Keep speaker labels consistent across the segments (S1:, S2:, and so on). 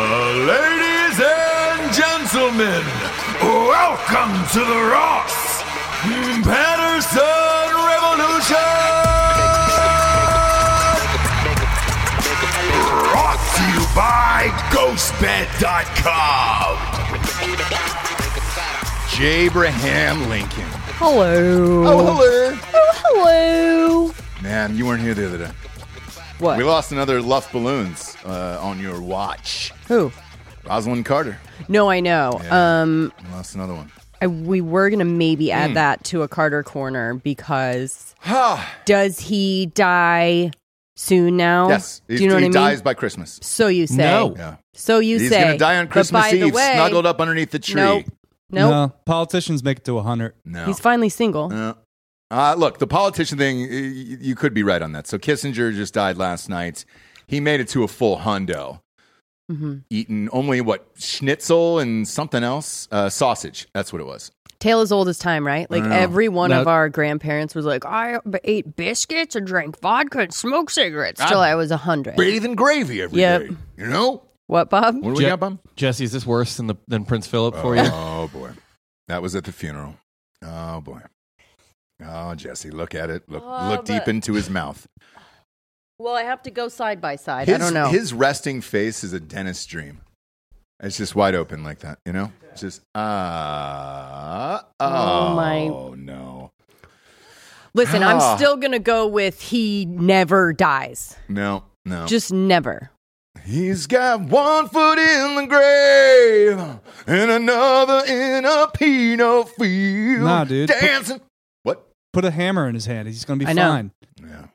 S1: Ladies and gentlemen, welcome to the Ross Patterson Revolution! Brought to you by GhostBed.com. Jabraham Lincoln.
S2: Hello.
S1: hello.
S2: Oh, hello.
S1: Man, you weren't here the other day.
S2: What?
S1: We lost another Luff Balloons uh, on your watch.
S2: Who?
S1: Rosalind Carter.
S2: No, I know.
S1: Yeah. Hmm.
S2: Um,
S1: We lost another one.
S2: I, we were gonna maybe add that to a Carter corner because
S1: yes.
S2: does he die soon now? Do
S1: He's-
S2: you know
S1: he
S2: what I mean?
S1: dies by Christmas.
S2: so you say.
S3: No.
S1: Yeah.
S2: So you
S1: He's
S2: say.
S1: going to die on
S2: But
S1: Christmas
S2: by the
S1: Eve,
S2: way-
S1: snuggled up underneath the tree.
S2: Nope. Nope.
S3: No, politicians make it to 100.
S1: No.
S2: He's finally single.
S1: No. Uh, look, the politician thing, y- y- you could be right on that. So Kissinger just died last night. He made it to a full hundo,
S2: hmm
S1: eating only what? Schnitzel and something else? Uh, sausage. That's what it was.
S2: Tale as old as time, right? Like
S1: No.
S2: every one
S3: No.
S2: of our grandparents was like, I b- ate biscuits and drank vodka and smoked cigarettes till I was a hundred.
S1: Bathing gravy every day.
S2: Yep.
S1: You know?
S2: What, Bob?
S1: What do we
S3: Jet-
S1: got, Bum?
S3: Jesse, is this worse than the than Prince Philip for you?
S1: Oh boy, that was at the funeral. Oh boy. Oh Jesse, look at it. Look,
S2: Oh,
S1: look deep
S2: but-
S1: into his mouth.
S2: Well, I have to go side by side.
S1: His,
S2: I don't know.
S1: His resting face is a dentist's dream. It's just wide open like that, you know. It's just ah. oh,
S2: Oh, my-
S1: no,
S2: Listen,
S1: Ah.
S2: I'm still going to go with he never dies.
S1: no, no.
S2: Just never.
S1: He's got one foot in the grave and another in a peanut field.
S3: Nah, dude.
S1: Dancing. What?
S3: Put a hammer in his hand. He's going to be
S2: I know.
S3: fine.
S1: Yeah.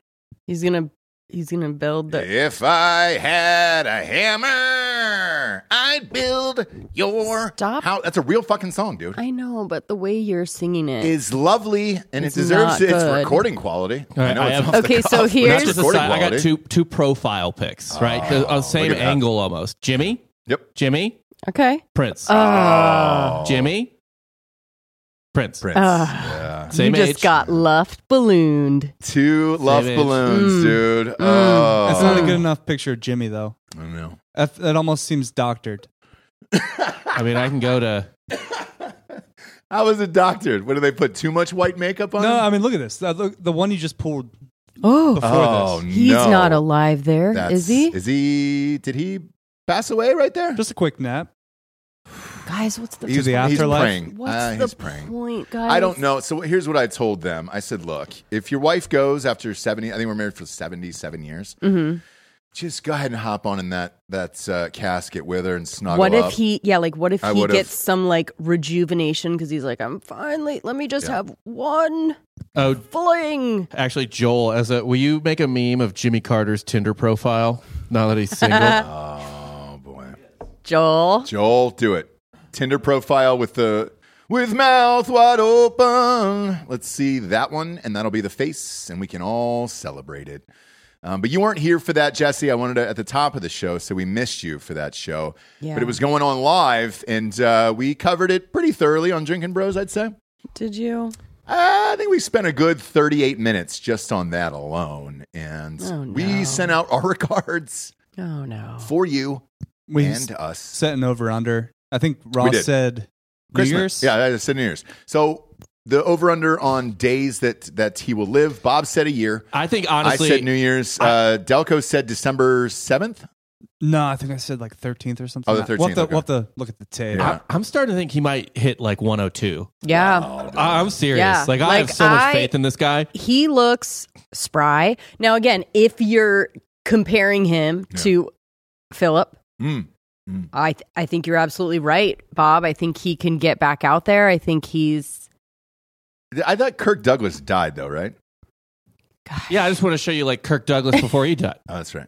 S2: He's going to he's going to build the
S1: If I had a hammer, I'd build your
S2: Stop.
S1: house. That's a real fucking song, dude.
S2: I know, but the way you're singing it.
S1: It's lovely and it
S2: It's
S1: deserves
S2: not
S1: its
S2: good.
S1: recording quality.
S3: right,
S1: I know
S3: I
S1: it's
S3: have-
S1: off the
S2: Okay, so
S1: cuff, but
S2: here's-
S1: it's
S2: That's
S3: Just
S1: recording
S3: aside, I got
S1: quality.
S3: two two profile pics, right? The-
S1: Oh,
S3: uh, same
S1: look at that.
S3: angle almost. Jimmy,
S1: Yep. Ah,
S3: Jimmy,
S2: okay.
S3: Prince,
S1: Oh.
S2: Uh,
S3: Jimmy, Prince.
S1: Prince.
S2: Ugh.
S1: yeah.
S3: Same
S2: you
S3: age.
S2: just got luffed ballooned.
S1: Two love
S3: age.
S1: balloons,
S2: Mm.
S1: dude.
S2: Mm.
S1: Oh.
S3: That's not a good enough picture of Jimmy though.
S1: I don't know.
S3: That, that almost seems doctored. I mean, I can go to
S1: How was it doctored? What do they put? Too much white makeup on?
S3: no.
S1: him?
S3: I mean, look at this. Uh, look, the one you just pulled
S2: Oh,
S3: before
S1: oh,
S3: this.
S2: he's
S1: no.
S2: not alive there, is
S1: That's-
S2: he?
S1: Is he? Did he pass away right there?
S3: Just a quick nap.
S2: Guys, what's the
S3: To
S1: He's,
S3: the
S1: he's
S3: afterlife?
S1: praying.
S2: what's
S1: Uh,
S2: the
S1: he's praying.
S2: point, guys?
S1: I don't know. So here's what I told them. I said, look, if your wife goes after 70, I think we're married for 77 years,
S2: Mm-hmm.
S1: just go ahead and hop on in that, that uh, casket with her and snuggle
S2: What
S1: up.
S2: if he? Yeah, like what if
S1: I
S2: he
S1: would've-
S2: gets some like rejuvenation because he's like, I'm finally. Let me just
S1: Yeah.
S2: have one
S4: Oh,
S2: fling.
S4: actually, Joel, as a will you make a meme of Jimmy Carter's Tinder profile now that he's single?
S1: Oh, boy.
S2: Joel,
S1: Joel, do it. Tinder profile with the with mouth wide open. Let's see that one, and that'll be the face, and we can all celebrate it. Um, but you weren't here for that, Jesse. I wanted to at the top of the show, so we missed you for that show.
S2: Yeah.
S1: But it was going on live, and uh, we covered it pretty thoroughly on Drinking Bros. I'd say.
S2: did you?
S1: Uh, I think we spent a good 38 minutes just on that alone, and
S2: Oh, no.
S1: we sent out our regards
S2: Oh no.
S1: for you
S3: We
S1: and us.
S3: set an over under. I think
S1: did.
S3: Ross said New Year's.
S1: Yeah, that is seven years. So the over under on days that that he will live. Bob said a year.
S4: I think honestly,
S1: I said New Year's. uh, Delco said December seventh.
S3: No, I think I said like 13th or something.
S1: Oh, the 13th,
S3: We'll have to,
S1: okay.
S3: we'll have to look at the tape.
S2: Oh,
S1: Yeah.
S4: I, am starting to think he might hit like 102.
S2: Yeah.
S4: I, am serious.
S2: Yeah.
S4: Like, I have
S2: Like,
S4: so
S2: I-
S4: much faith in this guy.
S2: he looks spry. Now, again, if you're comparing him to Philip,
S1: Mm.
S2: I th- I think you're absolutely right, Bob. I think he can get back out there. I think he's
S1: I thought Kirk Douglas died though, right?
S4: Yeah, I just want to show you like Kirk Douglas before he died.
S1: Oh, that's right.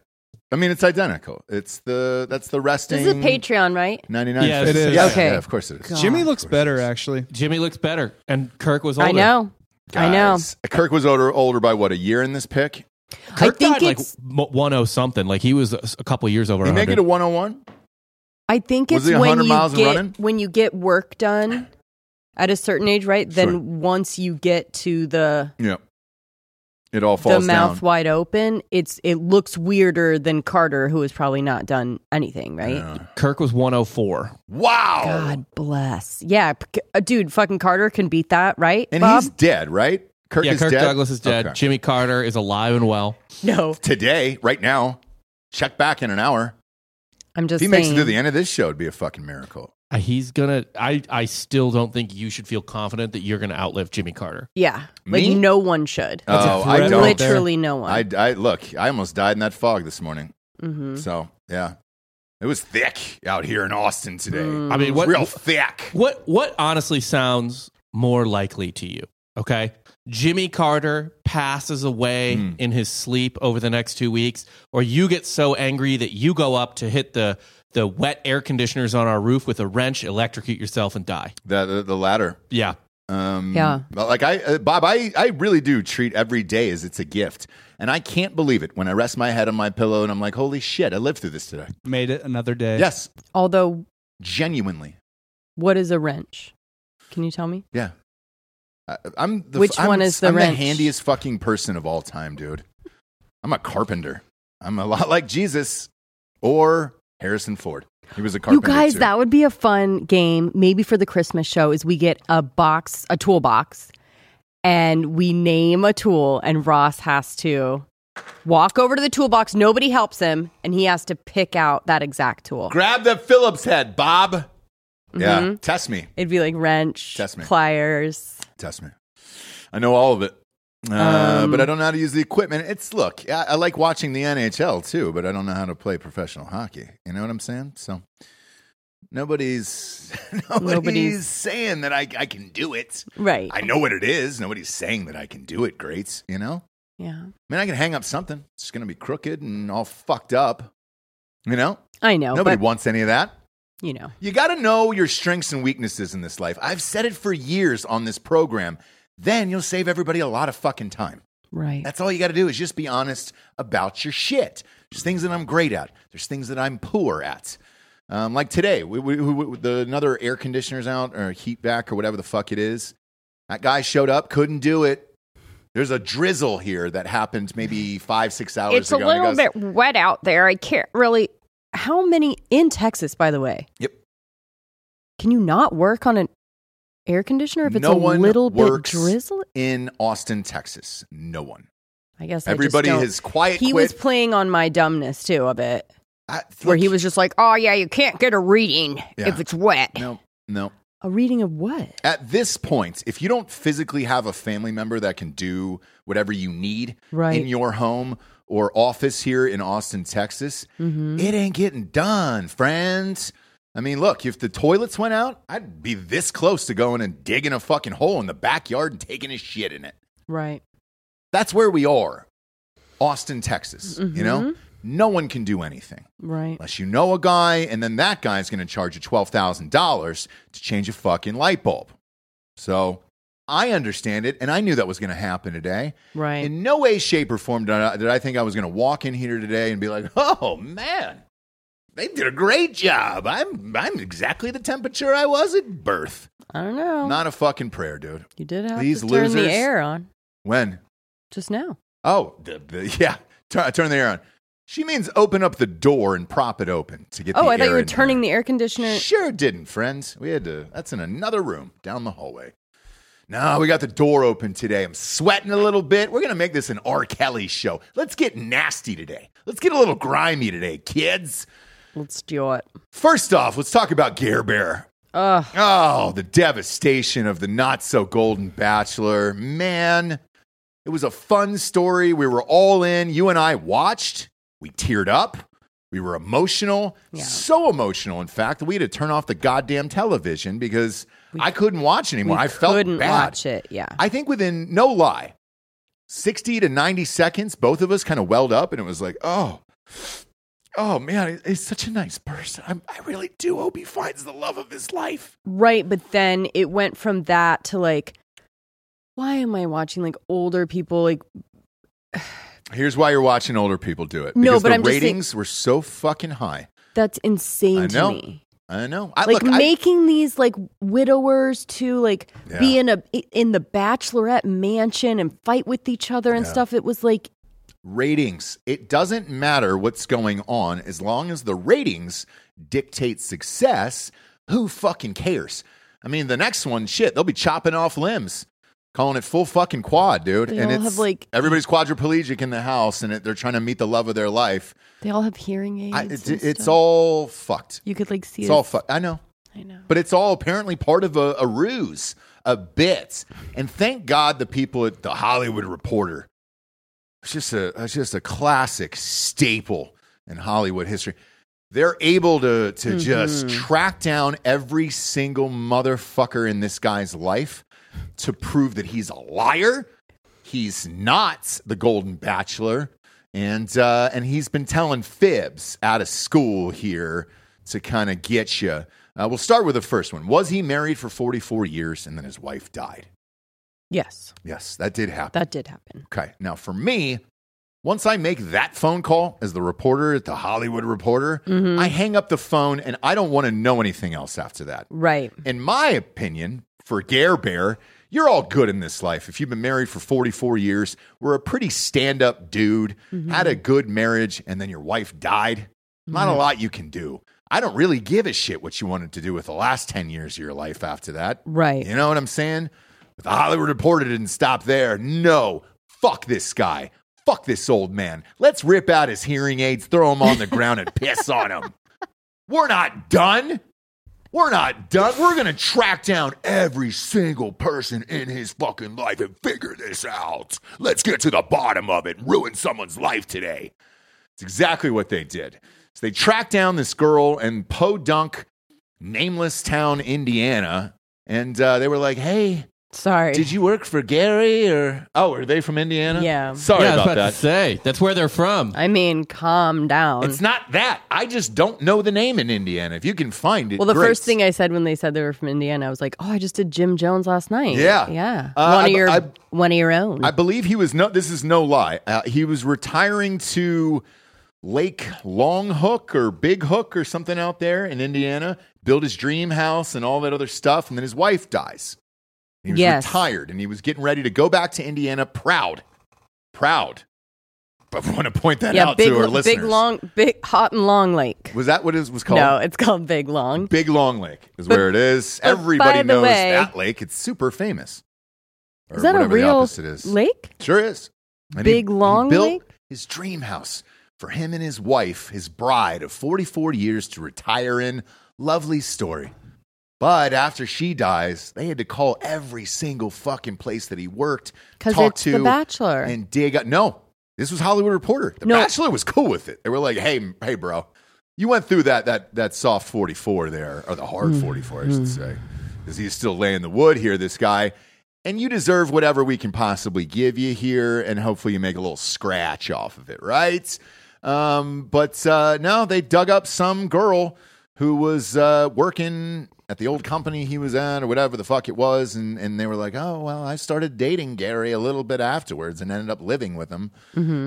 S1: I mean, it's identical. It's the that's the resting.
S2: this is Patreon, right?
S1: ninety nine.
S4: Yes,
S3: it is.
S1: Yeah,
S2: Okay.
S1: yeah, of course it is.
S2: God.
S3: Jimmy
S2: Oh,
S3: looks better, actually.
S4: Jimmy looks better, and Kirk was older.
S2: I know. I know.
S1: Guys, Kirk was older older by what a year in this pick.
S2: I
S4: Kirk
S2: think
S4: died like
S2: it's.
S4: mo- 10 something. Like he was a a couple years over.
S1: He make
S4: 100.
S1: it a one hundred one.
S2: I think
S1: Was
S2: it's
S1: he
S2: when
S1: 100
S2: you
S1: miles and
S2: get
S1: running?
S2: when you get work done at a certain age, right? Then
S1: Sure.
S2: once you get to the
S1: Yeah. It all
S2: the
S1: falls
S2: mouth
S1: down.
S2: wide open, it's it looks weirder than Carter, who has probably not done anything, right?
S1: Yeah.
S4: Kirk was 104.
S1: Wow.
S2: God bless. Yeah, p- uh, dude, fucking Carter can beat that, right?
S1: And
S2: Bob?
S1: he's dead, right? Kirk
S4: yeah,
S1: is
S4: Kirk
S1: dead.
S4: Douglas is dead.
S1: Okay.
S4: Jimmy Carter is alive and well.
S2: no.
S1: Today, right now, check back in an hour.
S2: I'm
S1: If
S2: just
S1: he
S2: saying.
S1: makes it to the end of this show, it'd be a fucking miracle.
S4: Uh, He's gonna. I. I still don't think you should feel confident that you're gonna outlive Jimmy Carter.
S2: yeah,
S1: Me?
S2: like no one should.
S3: That's a
S1: oh, I
S3: threat
S1: don't.
S3: right there.
S2: Literally no one.
S1: I, I look. I almost died in that fog this morning.
S2: mm-hmm.
S1: So yeah, it was thick out here in Austin today.
S2: Mm.
S4: I
S1: It
S4: mean,
S1: was
S4: what?
S1: real thick.
S4: What? What? Honestly, sounds more likely to you. Okay, Jimmy Carter passes away
S1: Mm.
S4: in his sleep over the next two weeks, or you get so angry that you go up to hit the the wet air conditioners on our roof with a wrench, electrocute yourself, and die.
S1: The the, the latter.
S4: Yeah.
S1: Um,
S2: Yeah.
S1: but Like I, uh, Bob, I, I really do treat every day as it's a gift, and I can't believe it when I rest my head on my pillow and I'm like, holy shit, I lived through this today.
S3: Made it another day.
S1: Yes,
S2: Although,
S1: genuinely.
S2: what is a wrench? Can you tell me?
S1: Yeah. I, I'm the,
S2: Which
S1: I'm-
S2: one is the
S1: I'm
S2: wrench?
S1: the handiest fucking person of all time, dude. I'm a carpenter. I'm a lot like Jesus or Harrison Ford. He was a
S2: You
S1: carpenter.
S2: guys,
S1: too.
S2: that would be a fun game. Maybe for the Christmas show, is we get a box, a toolbox, and we name a tool, and Ross has to walk over to the toolbox. Nobody helps him, and he has to pick out that exact tool. Mm-hmm.
S1: grab the Phillips head, Bob. Yeah, test me,
S2: It'd be like wrench,
S1: Test me.
S2: pliers.
S1: test me. I know all of it, uh,
S2: Um,
S1: but I don't know how to use the equipment. It's look, I, I like watching the NHL too, but I don't know how to play professional hockey. You know what I'm saying? So nobody's nobody's,
S2: Nobody's-
S1: saying that I, I can do it.
S2: Right.
S1: I know what it is. Nobody's saying that I can do it, greats. You know,
S2: yeah.
S1: I mean, I can hang up something. It's going to be crooked and all fucked up. You know,
S2: I know.
S1: nobody
S2: but,
S1: wants any of that.
S2: you know.
S1: You got to know your strengths and weaknesses in this life. I've said it for years on this program. Then you'll save everybody a lot of fucking time.
S2: Right.
S1: That's all you got to do is just be honest about your shit. There's things that I'm great at. There's things that I'm poor at. Um, like today, we, we, we, the another air conditioner's out or heat back or whatever the fuck it is. That guy showed up, couldn't do it. There's a drizzle here that happened maybe five, six hours
S2: it's a
S1: ago. and he
S2: little
S1: goes,
S2: bit wet out there. I can't really. How many in Texas, by the way?
S1: Yep.
S2: Can you not work on an air conditioner if it's
S1: No
S2: a
S1: one
S2: little bit
S1: works.
S2: drizzly?
S1: In Austin, Texas, no one.
S2: I guess I just
S1: Everybody
S2: don't-
S1: has quiet
S2: He
S1: quit.
S2: was playing on my dumbness too a bit,
S1: I-
S2: where he
S1: look,
S2: was just like, "Oh yeah, you can't get a reading
S1: Yeah.
S2: if it's wet."
S1: No, No.
S2: A reading of what?
S1: At this point, if you don't physically have a family member that can do whatever you need
S2: Right.
S1: in your home or office here in Austin, Texas,
S2: Mm-hmm.
S1: it ain't getting done, friends. I mean, look, if the toilets went out, I'd be this close to going and digging a fucking hole in the backyard and taking a shit in it.
S2: Right.
S1: That's where we are. Austin, Texas, you know?
S2: Mm-hmm.
S1: No one can do anything
S2: Right.
S1: unless you know a guy, and then that guy's going to charge you $12,000 to change a fucking light bulb. So I understand it, and I knew that was going to happen today.
S2: Right.
S1: In no way, shape, or form did I, did I think I was going to walk in here today and be like, oh man, they did a great job. I'm, I'm exactly the temperature I was at birth.
S2: I don't know.
S1: Not a fucking prayer, dude.
S2: you did have
S1: these
S2: to turn
S1: losers-
S2: the air on
S1: When?
S2: just now.
S1: Oh, the, the, yeah. Turn, turn the air on. She means open up the door and prop it open to get.
S2: Oh,
S1: the
S2: I thought you
S1: air
S2: were
S1: in here.
S2: turning the air conditioner.
S1: Sure didn't, friends. We had to. That's in another room down the hallway. No, we got the door open today. I'm sweating a little bit. We're gonna make this an R. Kelly show. Let's get nasty today. Let's get a little grimy today, kids.
S2: Let's do it.
S1: First off, let's talk about Gare Bear.
S2: Ugh.
S1: Oh, the devastation of the not so golden bachelor. Man, it was a fun story. We were all in. You and I watched. We teared up. We were emotional.
S2: Yeah.
S1: So emotional, in fact, that we had to turn off the goddamn television because I couldn't watch anymore. I felt
S2: couldn't
S1: bad.
S2: watch it. Yeah.
S1: I think within no lie, 60 to 90 seconds, both of us kind of welled up and it was like, oh, oh man, he's such a nice person. I'm, I really do hope he finds the love of his life.
S2: Right, but then it went from that to like, why am I watching like older people? Like,
S1: Here's why you're watching older people do it.
S2: No,
S1: Because
S2: but
S1: the
S2: I'm just saying-
S1: ratings were so fucking high.
S2: that's insane
S1: I
S2: to
S1: know.
S2: me.
S1: I know. I,
S2: Like
S1: look, I-
S2: making these like widowers to like
S1: Yeah.
S2: be in a in the bachelorette mansion and fight with each other and stuff. It was like
S1: ratings. It doesn't matter what's going on as long as the ratings dictate success. Who fucking cares? I mean, the next one, shit, they'll be chopping off limbs, calling it full fucking quad, dude.
S2: They
S1: and
S2: all
S1: it's
S2: have, like-
S1: everybody's quadriplegic in the house, and it, they're trying to meet the love of their life.
S2: they all have hearing aids.
S1: I,
S2: and
S1: it's it's
S2: stuff.
S1: all fucked.
S2: you could like see.
S1: It's
S2: his-
S1: all fucked. I know.
S2: I know.
S1: But it's all apparently part of a, a ruse, a bit. And thank God the people at the Hollywood Reporter. It's just a it's just a classic staple in Hollywood history. They're able to to just track down every single motherfucker in this guy's life to prove that he's a liar. He's not the Golden Bachelor, and uh, and he's been telling fibs out of school here to kind of get you. Uh, we'll start with the first one. Was he married for 44 years and then his wife died?
S2: Yes,
S1: Yes, that did happen.
S2: that did happen.
S1: Okay. Now, for me, once I make that phone call as the reporter at the Hollywood Reporter, I hang up the phone and I don't want to know anything else after that.
S2: Right.
S1: In my opinion, for Gare Bear, you're all good in this life. If you've been married for 44 years, were a pretty stand up dude, had a good marriage, and then your wife died, not a lot you can do. I don't really give a shit what you wanted to do with the last 10 years of your life after that.
S2: Right.
S1: You know what I'm saying? But the Hollywood Reporter didn't stop there. No, fuck this guy. Fuck this old man. Let's rip out his hearing aids, throw him on the ground, and piss on him. We're not done. We're not done. We're going to track down every single person in his fucking life and figure this out. Let's get to the bottom of it and ruin someone's life today. It's exactly what they did. So they tracked down this girl in Podunk, nameless town, Indiana. And uh, they were like, hey,
S2: Sorry.
S1: did you work for Gary or. Oh, are they from Indiana?
S2: Yeah.
S1: Sorry
S4: yeah, I was
S1: about,
S4: about
S1: that.
S4: to say that's where they're from.
S2: I mean, calm down.
S1: It's not that. I just don't know the name in Indiana. If you can find it,
S2: Well, the
S1: great.
S2: first thing I said when they said they were from Indiana, I was like, "Oh, I just did Jim Jones last night."
S1: Yeah.
S2: yeah,
S1: Uh,
S2: one
S1: I-
S2: of your,
S1: I-
S2: one of your own.
S1: I believe he was no. This is no lie. Uh, he was retiring to Lake Long Hook or Big Hook or something out there in Indiana. Build his dream house and all that other stuff, and then his wife dies. He was
S2: Yes.
S1: retired, and he was getting ready to go back to Indiana. Proud, proud. But I want to point that
S2: yeah,
S1: out
S2: big,
S1: to our
S2: Lo-
S1: listeners.
S2: big, long, big, hot and long lake.
S1: was that what it was called?
S2: No, it's called Big Long.
S1: Big Long Lake is
S2: But-
S1: where it is.
S2: but
S1: Everybody
S2: by the
S1: knows
S2: way-
S1: that lake. It's super famous. Or
S2: Is that a
S1: whatever the
S2: real
S1: opposite is.
S2: lake?
S1: Sure is. And
S2: Big Long
S1: built
S2: Lake?
S1: His dream house for him and his wife, his bride of 44 years to retire in. Lovely story. But after she dies, they had to call every single fucking place that he worked,
S2: 'Cause
S1: talk
S2: it's
S1: to
S2: The Bachelor.
S1: and dig up. No, this was Hollywood Reporter. The
S2: No.
S1: Bachelor was cool with it. They were like, "Hey, m- hey, bro, you went through that that that soft forty four there, or the hard
S2: Mm-hmm.
S1: forty four, I should say, because he's still laying the wood here. This guy." And you deserve whatever we can possibly give you here, and hopefully you make a little scratch off of it, right? Um, but uh, no, they dug up some girl who was uh, working at the old company he was at or whatever the fuck it was. And, and they were like, oh, well, I started dating Gary a little bit afterwards and ended up living with him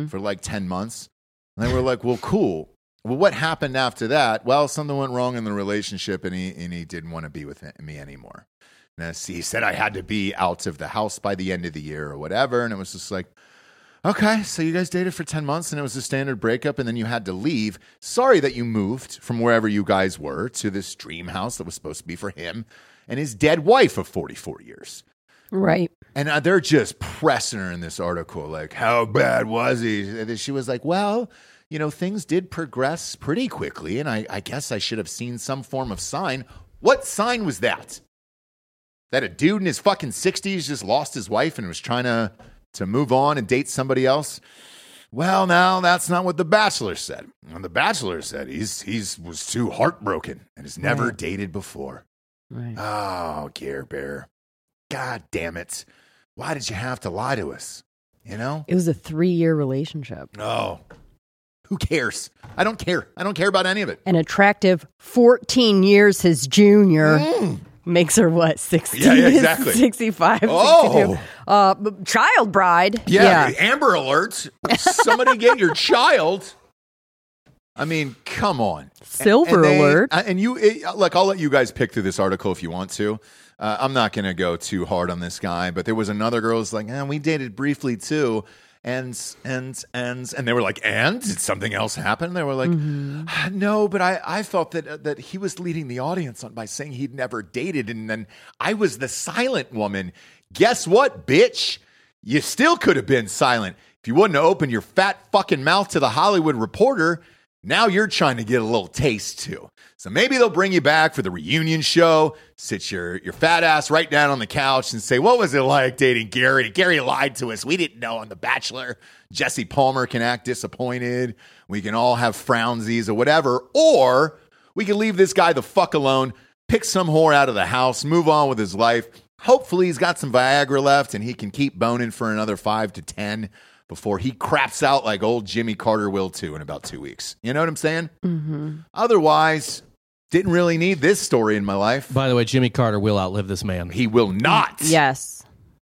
S1: for like 10 months. And they were like, well, cool. Well, what happened after that? Well, something went wrong in the relationship and he, and he didn't want to be with me anymore. And I see- he said I had to be out of the house by the end of the year or whatever. And it was just like, Okay, so you guys dated for 10 months and it was a standard breakup, and then you had to leave. Sorry that you moved from wherever you guys were to this dream house that was supposed to be for him and his dead wife of 44 years.
S2: Right.
S1: And uh, they're just pressing her in this article, like, how bad was he? And then she was like, well, you know, things did progress pretty quickly, and I, I guess I should have seen some form of sign. What sign was that? That a dude in his fucking 60s just lost his wife and was trying to, to move on and date somebody else? Well, now that's not what The Bachelor said. And The Bachelor said he's, he's was too heartbroken and has never
S2: Right.
S1: dated before.
S2: Right.
S1: Oh, Care Bear. God damn it. Why did you have to lie to us? You know?
S2: It was a three year relationship.
S1: No. Who cares? I don't care. I don't care about any of it.
S2: An attractive 14 years his junior makes her what, 60?
S1: Yeah, yeah, exactly.
S2: 65.
S1: Oh.
S2: 62. Uh, b- child bride.
S1: Yeah, Amber Alert. Somebody get your child. I mean, come on.
S2: Silver
S1: And they-
S2: alert.
S1: uh, And you, it, look, I'll let you guys pick through this article if you want to. Uh, I'm not going to go too hard on this guy, but there was another girl who's like, eh, we dated briefly too. And, and, and, and they were like, and did something else happen? They were like, "Ah,
S2: Mm-hmm.
S1: no, but I, I felt that, uh, that he was leading the audience on by saying he'd never dated. And then I was the silent woman. Guess what, bitch? You still could have been silent. If you wouldn't have opened your fat fucking mouth to the Hollywood reporter, now you're trying to get a little taste too. So maybe they'll bring you back for the reunion show, sit your, your fat ass right down on the couch and say, What was it like dating Gary? Gary lied to us. We didn't know on The Bachelor. Jesse Palmer can act disappointed. We can all have frownsies or whatever. Or we can leave this guy the fuck alone, pick some whore out of the house, move on with his life. Hopefully, he's got some Viagra left and he can keep boning for another five to 10 before he craps out like old Jimmy Carter will too in about two weeks. You know what I'm saying? Otherwise, didn't really need this story in my life.
S4: By the way, Jimmy Carter will outlive this man.
S1: He will not
S2: yes.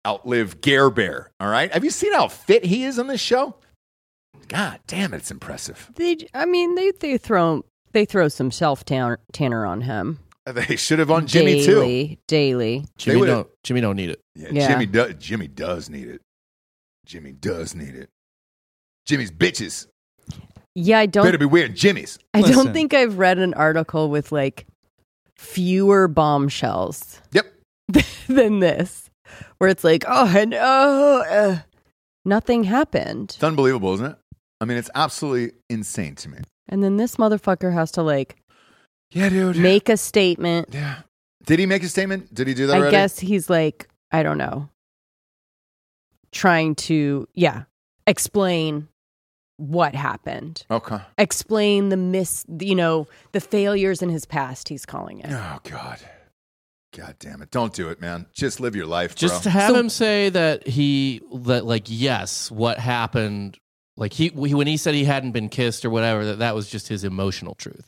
S1: outlive Gare Bear. All right. Have you seen how fit he is on this show? God damn it, it's impressive.
S2: They, I mean, they, they throw they throw some self tanner tanner on him
S1: They should have on Jimmy too.
S2: daily. Daily,
S4: Jimmy
S1: would've-
S4: don't, Jimmy don't need it.
S1: Yeah,
S2: Yeah.
S1: Jimmy does. Jimmy does need it. Jimmy does need it. Jimmy's bitches
S2: yeah. I don't
S1: better be wearing Jimmy's.
S2: I don't
S3: Listen.
S2: think I've read an article with like fewer bombshells
S1: Yep.
S2: than this, where it's like, oh, and oh, uh, nothing happened.
S1: It's unbelievable, isn't it? I mean, it's absolutely insane to me.
S2: And then this motherfucker has to like
S1: Yeah, dude.
S2: make a statement.
S1: yeah. Did he make a statement? Did he do that
S2: I
S1: already?
S2: guess he's like, I don't know, trying to, yeah, explain what happened,
S1: Okay.
S2: explain the miss, you know, the failures in his past, he's calling it.
S1: Oh God. God damn it! Don't do it, man. Just live your life,
S4: Just
S1: bro.
S4: have
S2: So-
S4: him say that he that like yes, what happened? Like he when he said he hadn't been kissed or whatever, that that was just his emotional truth,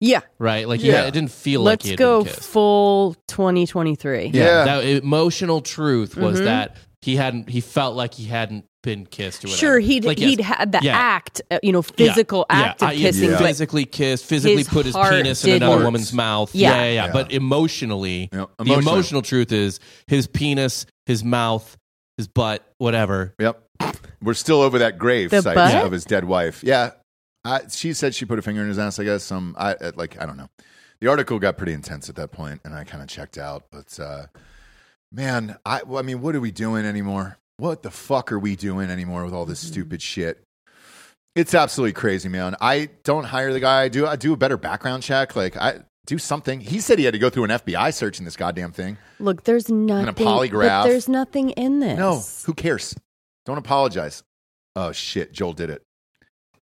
S2: Yeah.
S4: right? Like
S1: Yeah.
S4: yeah, it didn't feel like
S2: Let's
S4: he had
S2: go
S4: been kissed.
S2: full 2023.
S1: Yeah.
S4: that emotional truth was
S2: Mhm.
S4: that he hadn't. He felt like he hadn't been kissed or whatever.
S2: Sure, he'd
S4: like, yes,
S2: he'd had the
S4: Yeah.
S2: act, uh, you know, physical act
S4: yeah,
S2: of
S4: I-
S2: kissing,
S1: yeah.
S2: but
S4: physically kissed, physically
S2: his
S4: put his
S2: heart
S4: penis in
S2: didn't-
S4: another
S1: Heart.
S4: woman's mouth.
S2: Yeah.
S4: Yeah, yeah, yeah.
S1: Yeah.
S4: But emotionally,
S1: Yeah,
S4: the
S1: emotionally.
S4: emotional truth is his penis, his mouth, his butt, whatever.
S1: Yep. We're still over that grave
S2: The
S1: site
S2: butt?
S1: of his dead wife. Yeah. I, she said she put a finger in his ass. I guess some. I uh, like. I don't know. The article got pretty intense at that point, and I kind of checked out. But uh, man, I. well, I mean, what are we doing anymore? What the fuck are we doing anymore with all this
S2: Mm-hmm.
S1: stupid shit? It's absolutely crazy, man. I don't hire the guy. I do. I do a better background check. Like I. do something. He said he had to go through an FBI search in this goddamn thing.
S2: Look, there's nothing. but
S1: polygraph.
S2: There's nothing in this.
S1: No, who cares? Don't apologize. Oh shit, Joel did it.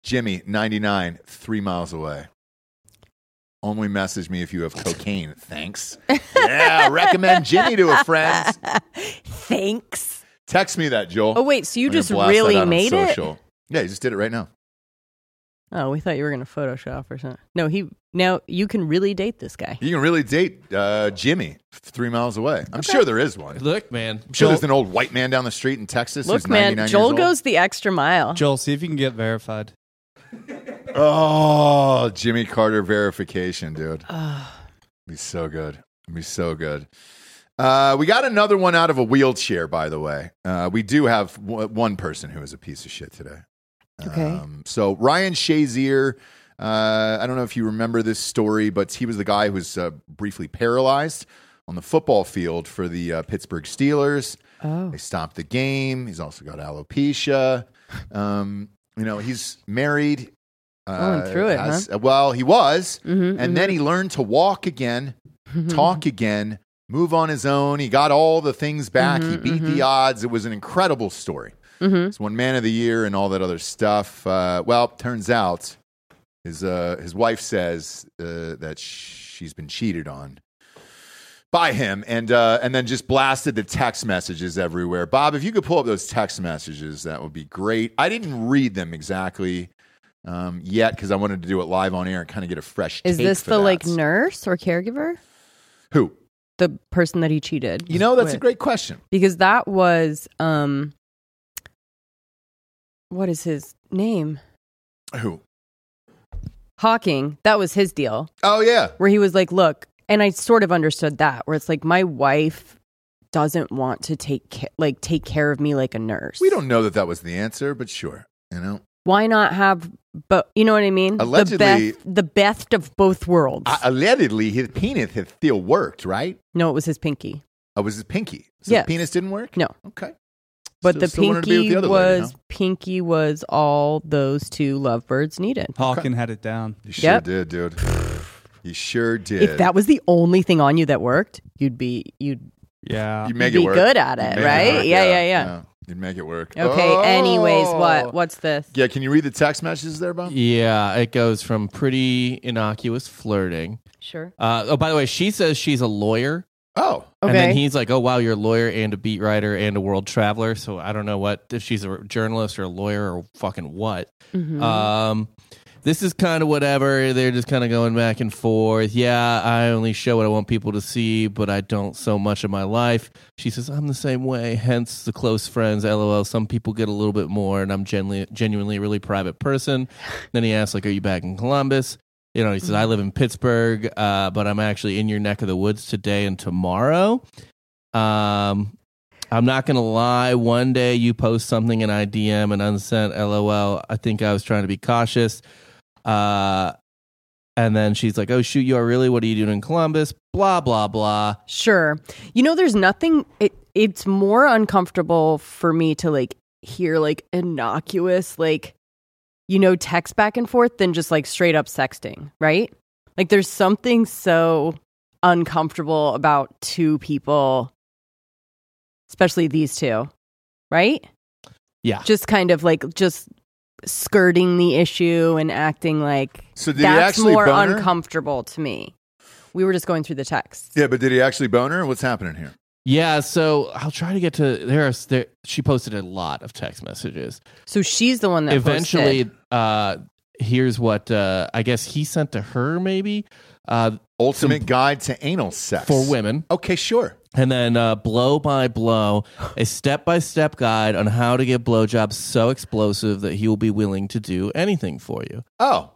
S1: Jimmy, 99, three miles away. Only message me if you have cocaine. Thanks. Yeah, recommend Jimmy to a friend.
S2: Thanks.
S1: Text me that, Joel.
S2: Oh wait, so you
S1: I'm gonna
S2: just
S1: blast that out
S2: really
S1: on
S2: made it?
S1: social. Yeah, he just did it right now.
S2: Oh, we thought you were gonna Photoshop or something. No, he. Now you can really date this guy.
S1: You can really date uh, Jimmy three miles away. I'm sure there is one. I'm
S4: Look, man.
S1: sure
S4: Joel,
S1: there's an old white man down the street in Texas
S2: Look,
S1: who's 99
S2: man,
S1: years
S2: Joel
S1: old.
S2: goes the extra mile.
S3: Joel, see if you can get verified.
S1: Oh, Jimmy Carter verification, dude. Be so good. Be so good. Uh, we got another one out of a wheelchair, by the way. Uh, we do have w- one person who is a piece of shit today.
S2: Okay.
S1: Um, so Ryan Shazier, uh, I don't know if you remember this story, but he was the guy who was uh, briefly paralyzed on the football field for the uh, Pittsburgh Steelers.
S2: oh,
S1: They stopped the game. He's also got alopecia. Um, you know, he's married.
S2: Going through it,
S1: huh? Well, he was,
S2: Mhm,
S1: and then he learned to walk again,
S2: Mm-hmm.
S1: talk again, move on his own. He got all the things back.
S2: Mm-hmm,
S1: he beat the odds. It was an incredible story. He's one man of the year and all that other stuff. Uh, well, turns out his uh, his wife says uh, that she's been cheated on by him and uh, and then just blasted the text messages everywhere. Bob, if you could pull up those text messages, that would be great. I didn't read them exactly um, yet because I wanted to do it live on air and kind of get a fresh.
S2: is
S1: take
S2: this
S1: for
S2: the
S1: that.
S2: like nurse or caregiver?
S1: who?
S2: The person that he cheated.
S1: You know, that's a
S2: with?
S1: great question.
S2: because that was um, what is his name?
S1: Who?
S2: Hawking. That was his deal.
S1: Oh yeah,
S2: where he was like, "Look," and I sort of understood that, where it's like my wife doesn't want to take ca- like take care of me like a nurse.
S1: we don't know that that was the answer, but sure, you know.
S2: Why not have? But you know what I mean.
S1: Allegedly-
S2: the best, the best of both worlds.
S1: Uh, allegedly, his penis had still worked, right?
S2: no, it was his pinky.
S1: Oh, was his pinky? So
S2: Yes.
S1: his penis didn't work?
S2: No.
S1: Okay.
S2: But
S1: Still-
S2: the
S1: still wanted to be with
S2: pinky
S1: the other lady,
S2: was
S1: huh?
S2: pinky was all those two lovebirds needed.
S3: Hawking had it down.
S1: You sure
S2: Yep.
S1: did, dude. You sure did.
S2: If that was the only thing on you that worked, you'd be you'd
S3: Yeah.
S1: you make
S2: be
S1: it work.
S2: good at it,
S1: You'd make
S2: right?
S1: work,
S2: Yeah, yeah, yeah.
S1: You'd make it work.
S2: okay.
S1: Oh!
S2: Anyways, what what's this?
S1: Yeah, can you read the text messages there, Bob?
S4: yeah, it goes from pretty innocuous flirting.
S2: Sure.
S4: Uh, oh, by the way, she says she's a lawyer.
S1: Oh,
S2: Okay.
S4: And then he's like, "Oh wow, you're a lawyer and a beat writer and a world traveler." So I don't know what if she's a journalist or a lawyer or fucking what.
S2: Mm-hmm.
S4: Um, this is kind of whatever. They're just kind of going back and forth. Yeah, I only show what I want people to see, but I don't so much of my life. She says I'm the same way. Hence the close friends. LOL. Some people get a little bit more, and I'm genuinely, genuinely a really private person. then he asks, like, "Are you back in Columbus?" You know, he says, "I live in Pittsburgh, uh, but I'm actually in your neck of the woods today and tomorrow." Um, I'm not gonna lie. One day you post something and I DM an unsent LOL. I think I was trying to be cautious. Uh, and then she's like, "Oh shoot, you are really? What are you doing in Columbus?" Blah blah blah.
S2: Sure. You know, there's nothing. It it's more uncomfortable for me to like hear like innocuous like you know text back and forth than just like straight up sexting, right? Like there's something so uncomfortable about two people, especially these two, right?
S4: Yeah.
S2: Just kind of like just skirting the issue and acting like
S1: so did
S2: that's
S1: he actually
S2: more
S1: boner?
S2: uncomfortable to me. We were just going through the text.
S1: yeah, but did he actually boner? What's happening here?
S4: Yeah. So I'll try to get to there. Are, there she posted a lot of text messages.
S2: So she's the one that
S4: Eventually,
S2: posted.
S4: uh, here's what uh, I guess he sent to her. Maybe uh,
S1: Ultimate guide to anal sex
S4: for women.
S1: Okay, sure.
S4: And then uh, blow by blow, a step by step guide on how to get blowjobs so explosive that he will be willing to do anything for you.
S1: Oh,